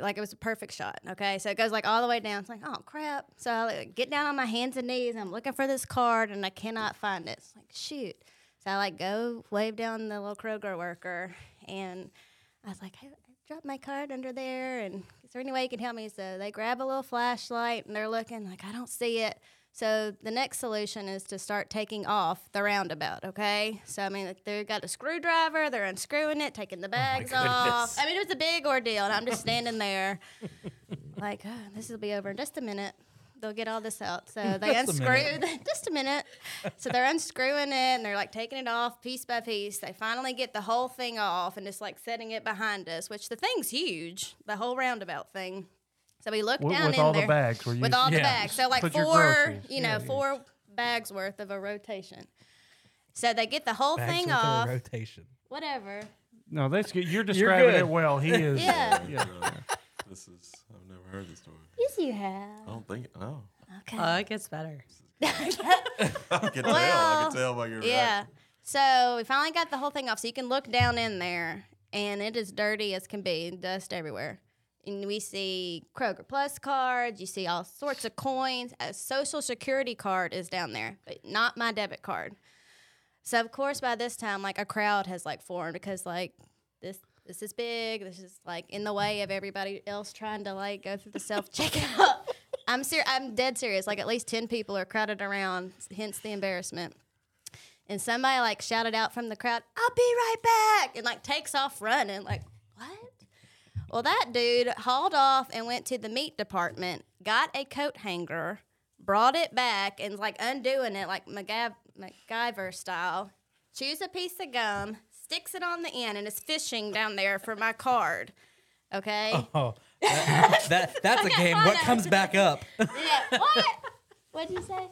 Like it was a perfect shot. Okay, so it goes like all the way down. It's like, oh crap! So I like, get down on my hands and knees. I'm looking for this card and I cannot find it. It's like shoot. So I like go wave down the little Kroger worker and I was like, I, I dropped my card under there, and is there any way you can help me? So they grab a little flashlight and they're looking, like, I don't see it. So the next solution is to start taking off the roundabout, okay? So, I mean, like, they've got a screwdriver, they're unscrewing it, taking
Oh
the bags off. I mean, it was a big ordeal, and I'm just standing there, like, oh, this will be over in just a minute. They'll get all this out. So they
Just a minute.
unscrew the- just a minute. So they're unscrewing it and they're like taking it off piece by piece. They finally get the whole thing off and just like setting it behind us, which the thing's huge, the whole roundabout thing. So we look
With,
down
with
in
all
there
the bags, were you
with all the
Yeah.
bags. So like
Put your
four,
groceries.
you know,
Yeah.
four bags worth of a rotation. So they get the whole
Bags
thing
with a
off,
rotation.
whatever.
No, that's good. You're describing
good.
it well. He is.
Yeah.
This is I've never heard this story.
Yes, you have.
I don't think no.
Okay.
Uh, Oh, it gets better.
I can tell. I
Well,
can tell by your
yeah.
reaction.
So we finally got the whole thing off, so you can look down in there, and it is dirty as can be, dust everywhere. And we see Kroger Plus cards. You see all sorts of coins. A Social Security card is down there, but not my debit card. So of course, by this time, like a crowd has like formed because like this this is big. This is like in the way of everybody else trying to like go through the self checkout. I'm ser- I'm dead serious. Like at least ten people are crowded around, hence the embarrassment. And somebody like shouted out from the crowd, "I'll be right back!" and like takes off running. Like what? Well, that dude hauled off and went to the meat department, got a coat hanger, brought it back, and like undoing it like MacGyv- MacGyver style. Choose a piece of gum, sticks it on the end, and is fishing down there for my card. Okay.
Oh, that, that- that's a
Okay,
game.
fine,
What
I-
comes back up?
Yeah. What? What'd you say?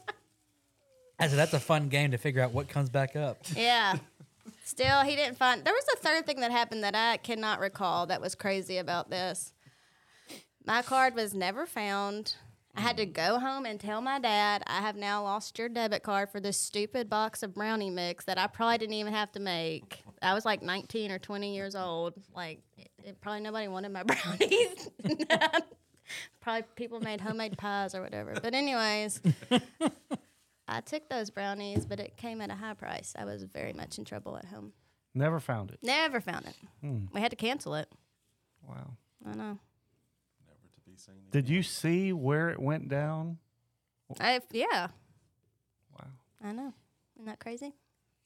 I said that's a fun game to figure out what comes back up.
Yeah. Still, he didn't find. There was a third thing that happened that I cannot recall that was crazy about this. My card was never found. I had to go home and tell my dad, I have now lost your debit card for this stupid box of brownie mix that I probably didn't even have to make. I was like 19 or 20 years old. Like, it, it- probably nobody wanted my brownies. probably people made homemade pies or whatever. But, anyways. I took those brownies, but it came at a high price. I was very much in trouble at home.
Never found it.
Never found it.
Hmm.
We had to cancel it.
Wow.
I know.
Did you see where it went down?
I yeah.
Wow.
I know. Isn't that crazy?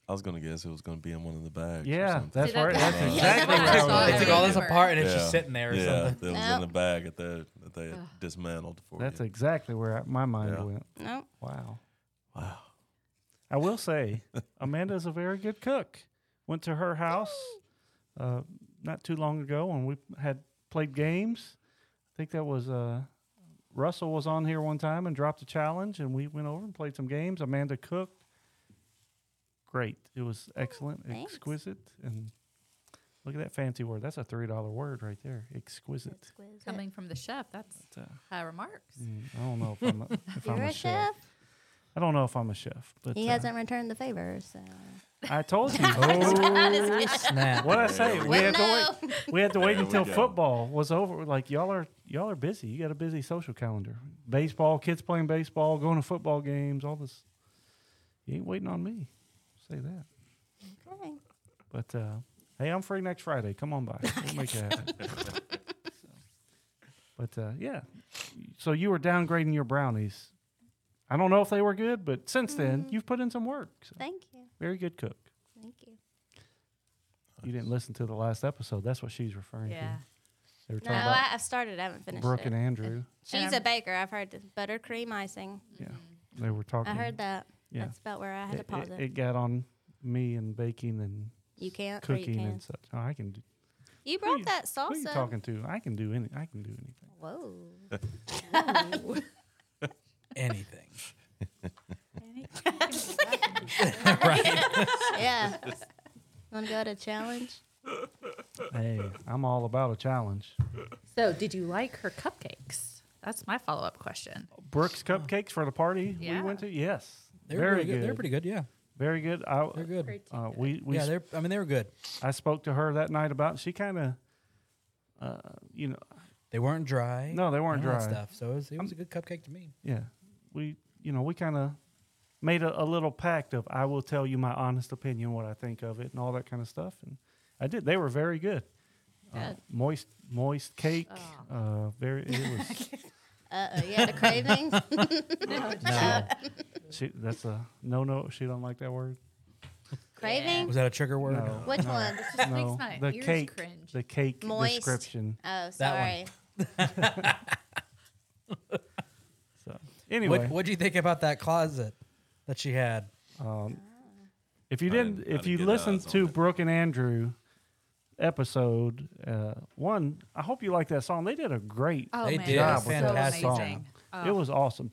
I was gonna guess it was gonna be in one of the bags. or
Yeah,
something.
that's
See, that-
right. That's
Yeah.
exactly where
That's
I
what
they
was.
I
took all this
remember.
apart and it's
Yeah.
just sitting there or
yeah,
something.
that was
Nope.
in the bag at the, that they had dismantled for
That's
you.
exactly where I, my mind
Oh, Yeah.
went.
No.
Wow.
wow.
I will say, Amanda's a very good cook. Went to her house uh, not too long ago when we had played games. I think that was uh, Russell was on here one time and dropped a challenge, and we went over and played some games. Amanda cooked. Great. It was excellent,
Oh, thanks.
exquisite, and look at that fancy word. That's a three dollar word right there. Exquisite.
Coming from the chef, that's
But, uh,
high remarks.
mm, I don't know if I'm a, if
You're
I'm
a chef.
I don't know if I'm a chef, but
He
uh,
hasn't returned the favor, so.
I told you.
Oh, snap.
What I say? We
Well,
had to wait.
no.
We had to wait
There we
until
go.
football was over. Like y'all are y'all are busy. You got a busy social calendar. Baseball, kids playing baseball, going to football games, all this. You ain't waiting on me. Say that.
Okay.
But uh, hey, I'm free next Friday. Come on by. We'll make it happen. So, but uh, yeah, so you were downgrading your brownies. I don't know if they were good, but since
Mm.
then you've put in some work. So,
Thank you.
very good cook.
Thank you.
You didn't listen to the last episode. That's what she's referring
Yeah.
to. They were
No,
talking about
I, I started. I haven't finished
Brooke
it.
and Andrew.
She's
And
a baker. I've heard this buttercream icing.
Yeah,
Mm-hmm.
they were talking.
I heard that.
Yeah.
That's about where I had to
It-
pause
it,
it.
it got on me and baking and
you can't. or
cooking
you can.
and such. Oh, I can. Do,
You
are
brought
you-
that
who are you
salsa.
talking to? I can do any. I can do anything.
Whoa.
Anything.
Yeah. Want to go to challenge?
hey, I'm all about a challenge.
So, did you like her cupcakes? That's my follow up question.
Brooks cupcakes for the party
Yeah.
we went to. Yes,
They were
very
pretty
good.
They're pretty good. Yeah,
Very good. I,
they're good.
uh, we we
Yeah, they're. I mean, they were good.
I spoke to her that night about. She kind of, uh, you know,
They weren't dry.
No, they weren't
none of
dry.
that Stuff. So it was, it was a good cupcake to me.
yeah. We you know we kind of made a, a little pact of I will tell you my honest opinion, what I think of it, and all that kind of stuff. And I did. They were very good. Uh,
Good. Oh.
moist, moist cake. Uh, very. It was.
Uh oh, you had a craving?
No.
she, that's a no, no. She don't like that word.
craving?
was that a trigger word?
No.
Which
no,
one?
Just
No,
makes my
the
ears
cake.
cringe.
The cake
Moist.
description.
Oh, sorry.
That
So anyway,
What What do you think about that closet that she had?
Um, if you
I
didn't,
didn't- I
if
didn't
you
get
listened
eyes on
to
it.
Brooke and Andrew episode uh, one, I hope you like that song. They did a great.
Oh,
They
man,
did.
it
job
was
with
Fantastic.
So
that
amazing.
song. It was awesome.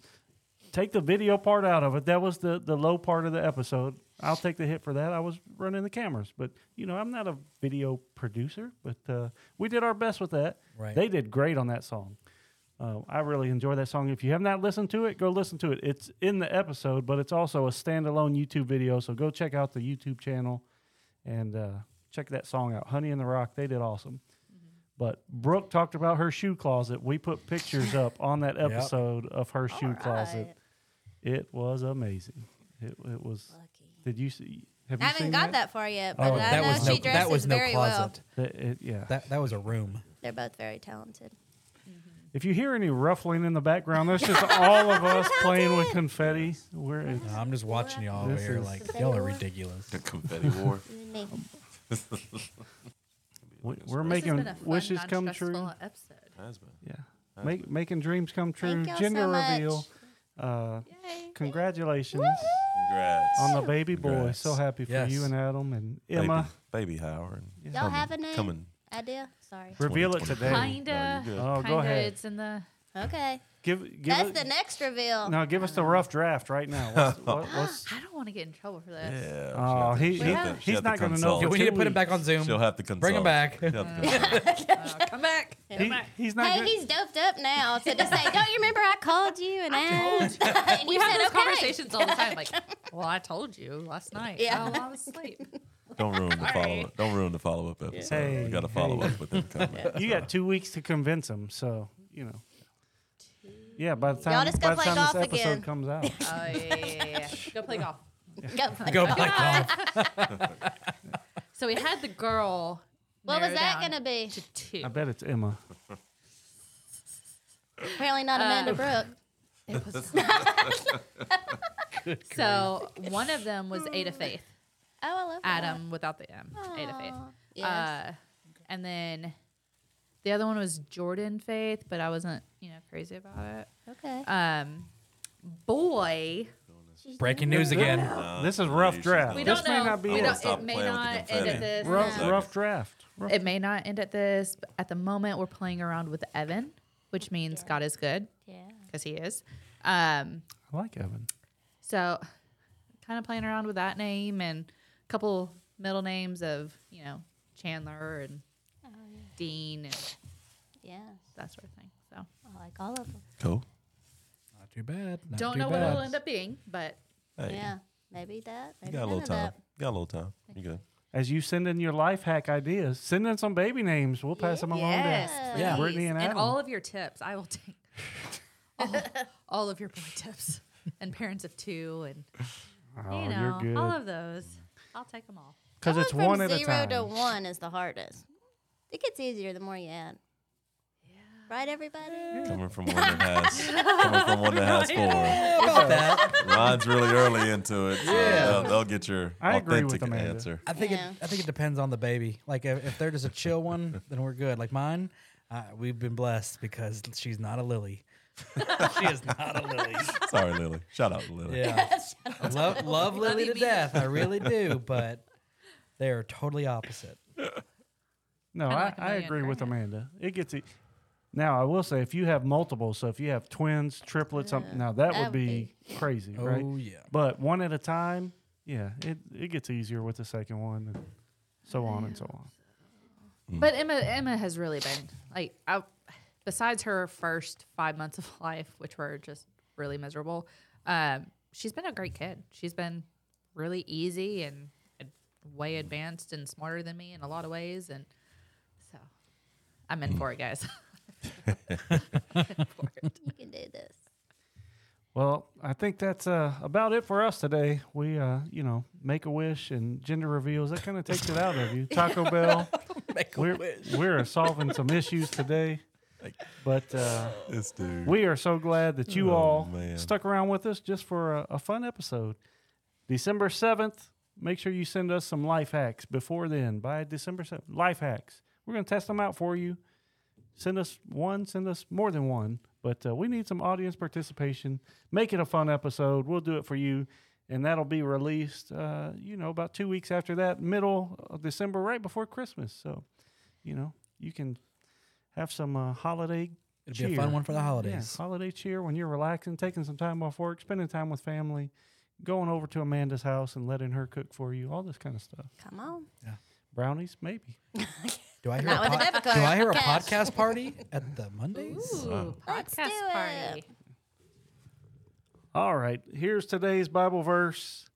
Take the video part out of it. That was the the low part of the episode. I'll take the hit for that. I was running the cameras, but you know I'm not a video producer, but uh, we did our best with that.
Right.
They did great on that song. Uh, I really enjoy that song. If you have not listened to it, go listen to it. It's in the episode, but it's also a standalone YouTube video. So go check out the YouTube channel and uh, check that song out. Honey and the Rock, they did awesome. But Brooke talked about her shoe closet. We put pictures up on that episode of her shoe
All
closet.
right.
It was amazing. It, it was.
Lucky.
Did you see? Have you
I haven't
seen
got
that?
that far yet, but
Oh,
I
that
know
was
she
no,
dresses
that was no
very
closet.
well.
That- it- yeah.
That that was a room.
They're both very talented.
If you hear any ruffling in the background, that's just all of us playing with confetti. We're it's,
I'm just watching y'all over
This
here
is-
like y'all are ridiculous.
The confetti war.
You and me.
we- we're
This has
making
been a fun,
wishes come true.
non-stressful Episode.
Has been.
Yeah, Make, making dreams come true.
Thank y'all
Gender
so much.
reveal. Uh,
Yay.
congratulations
Congrats.
on the baby boy.
Congrats.
So happy for
Yes.
you and Adam and
baby,
Emma.
Baby Howard.
Y'all have a name
Coming.
idea? Sorry.
Reveal it today.
Kinda.
No, you're good.
Oh,
Kinda,
go ahead.
It's in the.
Okay.
Give give
That's
it,
the next reveal.
now. Give us the rough draft right now. What's, what, what's
I don't want to get in trouble for
Yeah.
this.
she'll
Oh,
have to-
he-
she'll have
he-
to-
he's
she'll have
not gonna know
consult.
for
Yeah, we need to put him
weeks.
back on Zoom.
She'll have to consult.
Bring him back.
She'll have to consult.
Oh, come back.
he, he's not.
hey,
good.
he's doped up now. So just say, don't you remember I called you and asked? and
We
you
have
said,
those
okay.
conversations all the time. Like, well, I told you last night.
Yeah.
Yeah. Oh, I was asleep.
Don't ruin the
Sorry.
follow up. Don't ruin the follow up episode.
Hey,
we got to follow
hey.
up with them coming.
you got two weeks to convince him. So you know. Yeah, by the time
just
by
gotta
the
play
time this
golf
episode
again.
comes out,
Oh yeah, yeah, yeah, yeah. Go play golf.
Go play
Go
golf.
play golf.
So we had the girl.
What was
narrow
that
down
going to be?
To two.
I bet it's Emma.
Apparently not Amanda
Uh,
Brooke.
It was not. so one of them was Ada Faith,
Oh, I love that.
Adam without the M, Ada Faith.
Aw, Yes.
Uh, and then the other one was Jordan Faith, but I wasn't, you know, crazy about it.
okay.
Um, boy,
Breaking news again.
This is rough
Oh.
draft.
we
This
don't
may
know.
not be
we
it.
don't-
Stop
it may
playing with the
not end
confetti.
at this.
Rough,
Yeah.
rough draft. Rough-
It may not end at this. But at the moment, we're playing around with Evan, which means God is good
yeah.
because he is. Um,
I like Evan.
so, kind of playing around with that name and a couple middle names of you know Chandler and Dean and
Yeah.
that sort of thing. So
I like all of them.
Cool.
Not too bad. Not
don't
too
know what
bad.
it'll end up being, but
Hey,
Yeah. Maybe that.
you
Maybe
got a
none
little
of
time.
that.
You got a little time. You good?
As you send in your life hack ideas, send in some baby names. We'll pass them along to
Yes,
Yeah.
Brittany
please.
and
and,
Adam.
all of your tips. I will take all, all of your boy tips and parents of two and
Oh,
you
you're
know
good.
all of those. I'll take them all.
because it's
Going
one at
from
a
zero
time.
to one is the hardest. It gets easier the more you add. Right, everybody?
Coming from one that has coming from one that has four.
about that.
Ron's really early into it. So yeah, they'll, they'll get your
I agree with
authentic
Amanda.
answer.
I think
Yeah.
it. I think it depends on the baby. Like if, if they're just a chill one, then we're good. Like mine, uh, we've been blessed because she's not a lily. she is not a lily.
Sorry, Lily. Shout out, to Lily.
Yeah, love love Lily
you,
to
Mia.
death. I really do, but they are totally opposite.
No,
Kinda
I,
like a
I
million
agree with
grand.
Amanda. It gets e Now, I will say, if you have multiple, so if you have twins, triplets, some now that, would
that would
be crazy, right?
Oh yeah.
But one at a time, yeah, it, it gets easier with the second one, and so on and so on.
But Emma Emma has really been like I, besides her first five months of life, which were just really miserable. Um, she's been a great kid. She's been really easy and ad- way advanced and smarter than me in a lot of ways, and so I'm in for it, guys. for it.
You can do this.
Well, I think that's uh, about it for us today. We, uh, you know, make a wish and gender reveals. That kind of takes it out of you. Taco Bell.
Make a
We're
wish.
we're solving some issues today, but uh,
This dude.
we are so glad that you
Mm. Oh,
all
man.
stuck around with us just for a, a fun episode. December seventh. Make sure you send us some life hacks before then. By December seventh, life hacks. We're gonna test them out for you. Send us one. Send us more than one. But uh, we need some audience participation. Make it a fun episode. We'll do it for you. And that'll be released, uh, you know, about two weeks after that, middle of December, right before Christmas. So, you know, you can have some uh, holiday.
It'll be a fun
cheer.
one for the
Yeah,
holidays.
holiday cheer when you're relaxing, taking some time off work, spending time with family, going over to Amanda's house and letting her cook for you, all this kind of stuff.
Come on.
Brownies, maybe.
Do I hear,
Not
a,
with a debit card.
do I hear a
Cash.
podcast party at the Mondays?
Ooh,
Let's do
podcast party.
it.
All right, here's today's Bible verse.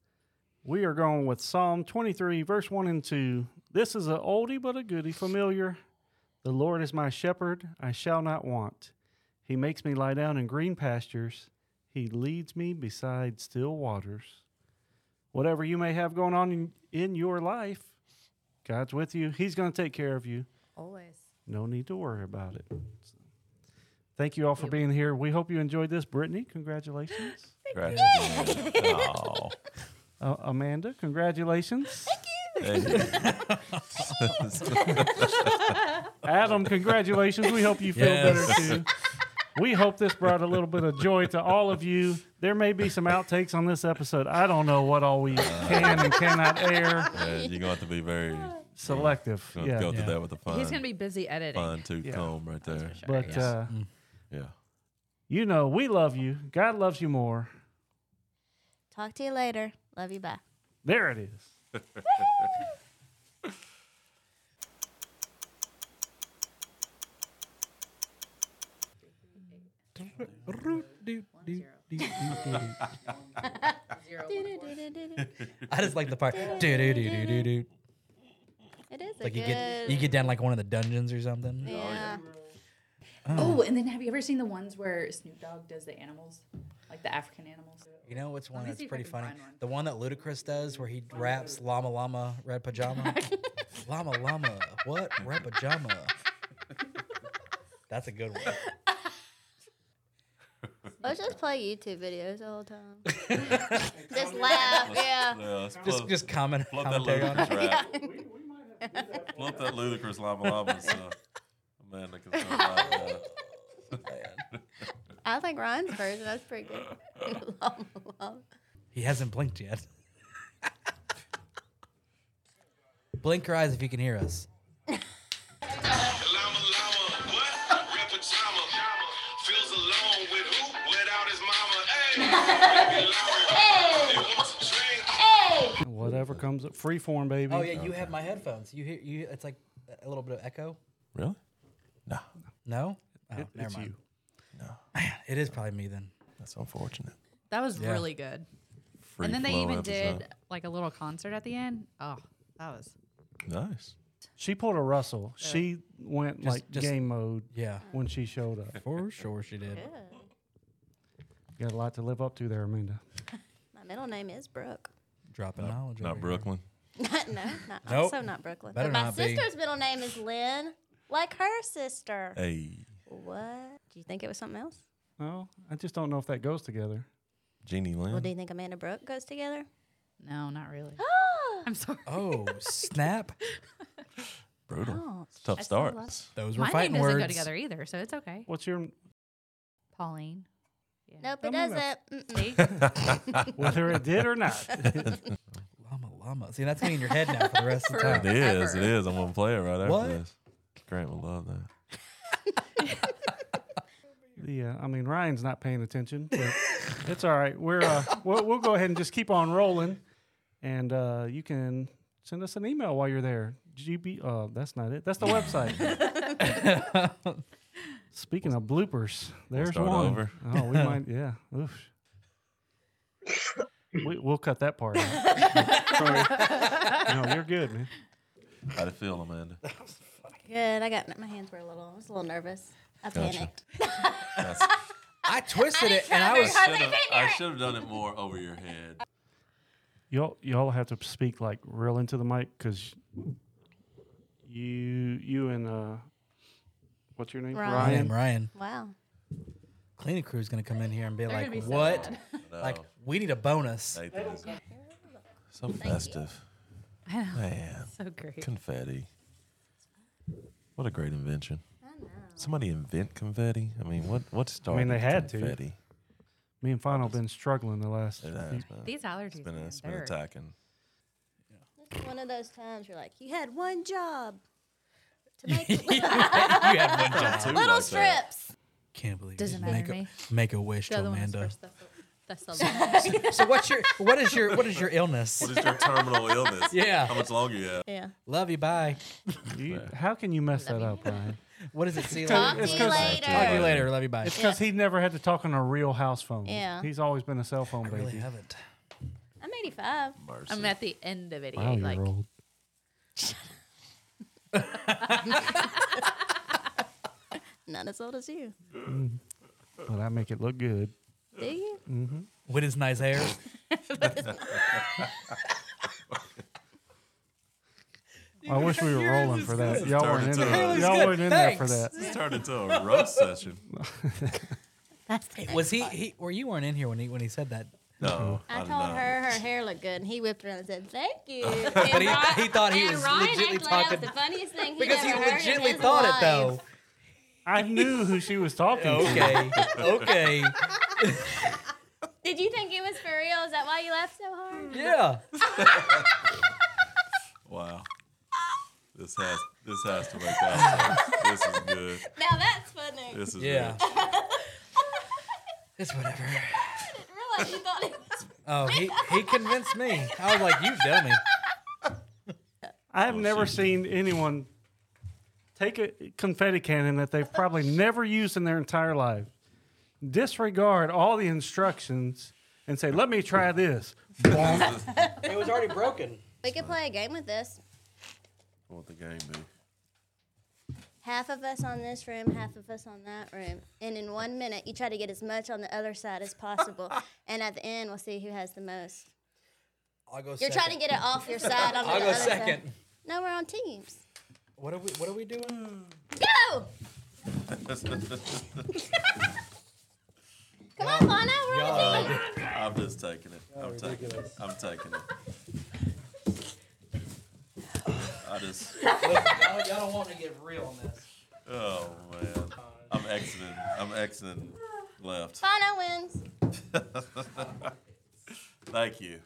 We are going with Psalm 23, verse 1 and 2. This is an oldie but a goodie, familiar. The Lord is my shepherd, I shall not want. He makes me lie down in green pastures, He leads me beside still waters. Whatever you may have going on in, in your life, God's with you. He's going to take care of you.
Always.
No need to worry about it. Thank you all for being here. We hope you enjoyed this. Brittany, congratulations.
Congratulations. Aw.
Uh, Amanda, congratulations.
Hey.
Adam, congratulations. We hope you feel
Yes.
better too. We hope this brought a little bit of joy to all of you. There may be some outtakes on this episode. I don't know what all we can and cannot air.
Yeah, you're gonna have to be very gonna
Selective.
have to
Yeah.
go through
Yeah.
that with a fine,
He's gonna be busy editing.
fine tooth
Yeah.
comb right there.
But uh,
Mm.
Yeah.
you know, we love you. God loves you more.
Talk to you later. Love you. Bye.
There it is.
I just like the part. Do do do do do do.
It is a
Like
good.
you get you get down like one of the dungeons or something.
yeah.
Oh, and then have you ever seen the ones where Snoop Dogg does the animals, like the African animals?
You know what's one
me
that's
see if I
pretty
can
funny?
find one.
The one that Ludacris does where he raps Llama Llama Red Pajama. llama Llama. What? Red Pajama. That's a good one.
Let's just play YouTube videos the whole time. just laugh. Yeah.
Yeah, let's
Just
plug-
just comment
plug that
commentary on it.
ludicrous rap. Plug that ludicrous llama llama stuff. Amanda can start laughing at it.
I think Ryan's version. That's pretty good. Llama, llama.
He hasn't blinked yet. Blink your eyes if you can hear us.
Llama llama, what? Red pajama. Feels alone with who? Without his mama. Hey, baby llama. You want some drink?
Whatever comes up, free form, baby.
Oh yeah, you have my headphones. You hear you it's like a little bit of echo.
Really? No,
No? Oh,
It-
never
it's
mind.
you.
It is probably me then.
that's unfortunate.
That was
Yeah.
really good.
Free
and then they
flow
even
episode.
did like a little concert at the end. Oh, that was
Nice.
She pulled a Russell. She went like
just-
game mode
Yeah.
when she showed up.
For sure she did.
Got a lot to live up to there, Amanda.
My middle name is Brooke.
Dropping knowledge. over
Not
here.
Brooklyn.
no, not,
Nope.
also not Brooklyn.
Better
but my
not be.
sister's middle name is Lynn, like her sister.
Hey,
What? Do you think it was something else?
No, I just don't know if that goes together.
Jeannie Lynn.
Well, do you think Amanda Brooke goes together?
no, not really. I'm sorry.
Oh, snap.
Brutal.
Oh,
It's a tough
I still
start.
love-
Those were
My name
fighting
doesn't
words.
go together either, so it's okay.
What's your
Pauline.
Tell
nope, it
me
doesn't.
about-
Mm-mm.
See?
whether it did or not?
Llama llama. See, that's me in your head now for the rest of the time.
It is. It is. I'm gonna play it right
What?
after this. Grant will love that.
Yeah, uh, I mean Ryan's not paying attention, but it's all right. We're uh, we'll, we'll go ahead and just keep on rolling, and uh, you can send us an email while you're there. GB. Uh, that's not it. That's the website. Speaking of bloopers, there's
start
one.
over.
Oh, we might. Yeah. Oof. We, we'll cut that part. Out. Sorry. No, you're good, man.
How'd it feel, Amanda?
Good. I got my hands were a little. I was a little nervous. I panicked.
That's,
I twisted it and I was
should've- I should have done it more over your head.
Y'all, y'all have to speak like real into the mic because you, you and uh, what's your name?
Ryan.
I am Ryan.
Wow.
Cleaning crew is gonna come in here and be like,
gonna be so
"What?
No,
Oh.
like, we need a bonus."
Nathan is- so festive. Man,
So great.
confetti. What a great invention. Somebody invent confetti? I mean, what what started
they had to.
confetti?
Me and Final been struggling the last.
It
few-
has been,
These allergies.
been,
man,
it's been
they're-
attacking.
This is one of those times you're like, you had one job to make
you had one job.
Two like
little
that.
strips.
Can't believe
Doesn't
it. Make
matter
a,
to me.
make a wish
The
to
other one is
Amanda.
first. though. That's the last.
So what's your what is your what is your illness?
What is your terminal illness? How
Yeah.
much longer you have?
Yeah.
Love you. Bye.
You, how can you mess that up, Ryan?
What is it? See you later.
Talk to
It's
you
'cause-
later.
Talk to you later. Love you. Bye.
It's because he never had to talk on a real house phone.
Yeah.
He's always been a cell phone
I
baby.
really haven't.
I'm 85.
Mercy.
I'm at the end of 88.
Wow, you're
like,
old.
Not as old as you.
Well, I make it look good.
Do you?
With his nice hair.
I wish we were rolling for that. Y'all
Turn
weren't in
it to
there.
a-
Y'all weren't in there for that.
Thanks.
This turned into a roast session.
Was he? He? Or you weren't in here when he when he said that?
No,
I
did
told
not.
her her hair looked good, and he whipped around and said, "Thank you." And
But he,
Ryan,
he thought he
and
was
Ryan
legitly
acted like that was
talking
the funniest thing he
because he
ever heard in
legitly
his
thought
life.
it though.
I knew who she was talking to.
Okay. Okay.
Did you think it was for real? Is that why you laughed so hard?
Yeah.
Wow. This has this has to make that. this is good.
Now that's funny.
This is
Yeah.
good.
It's whatever.
I didn't realize you thought it was.
Oh, he he convinced me. I was like, you dummy.
I have
Oh,
never
shoot.
seen anyone take a confetti cannon that they've probably never used in their entire life, disregard all the instructions, and say, "Let me try this."
It was already broken.
We could play a game with this.
What the game be?
Half of us on this room, half of us on that room, and in one minute, you try to get as much on the other side as possible, and at the end, we'll see who has the most.
I'll go.
You're
second.
trying to get it off your side. onto
I'll
the
go
other side.
second.
No, we're on teams.
What are we? What are we doing?
Go! Come on, Lana, we're on a team.
I'm just taking it. I'm taking it. I'm taking it. I just.
Y'all, y'all don't want to get real on this.
Oh man. I'm exiting. I'm exiting left.
Bono wins.
Thank you.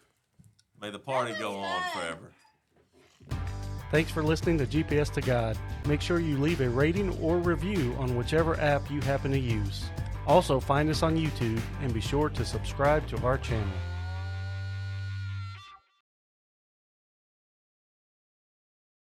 May the party go on forever.
Thanks for listening to GPS to God. Make sure you leave a rating or review on whichever app you happen to use. Also, find us on YouTube and be sure to subscribe to our channel.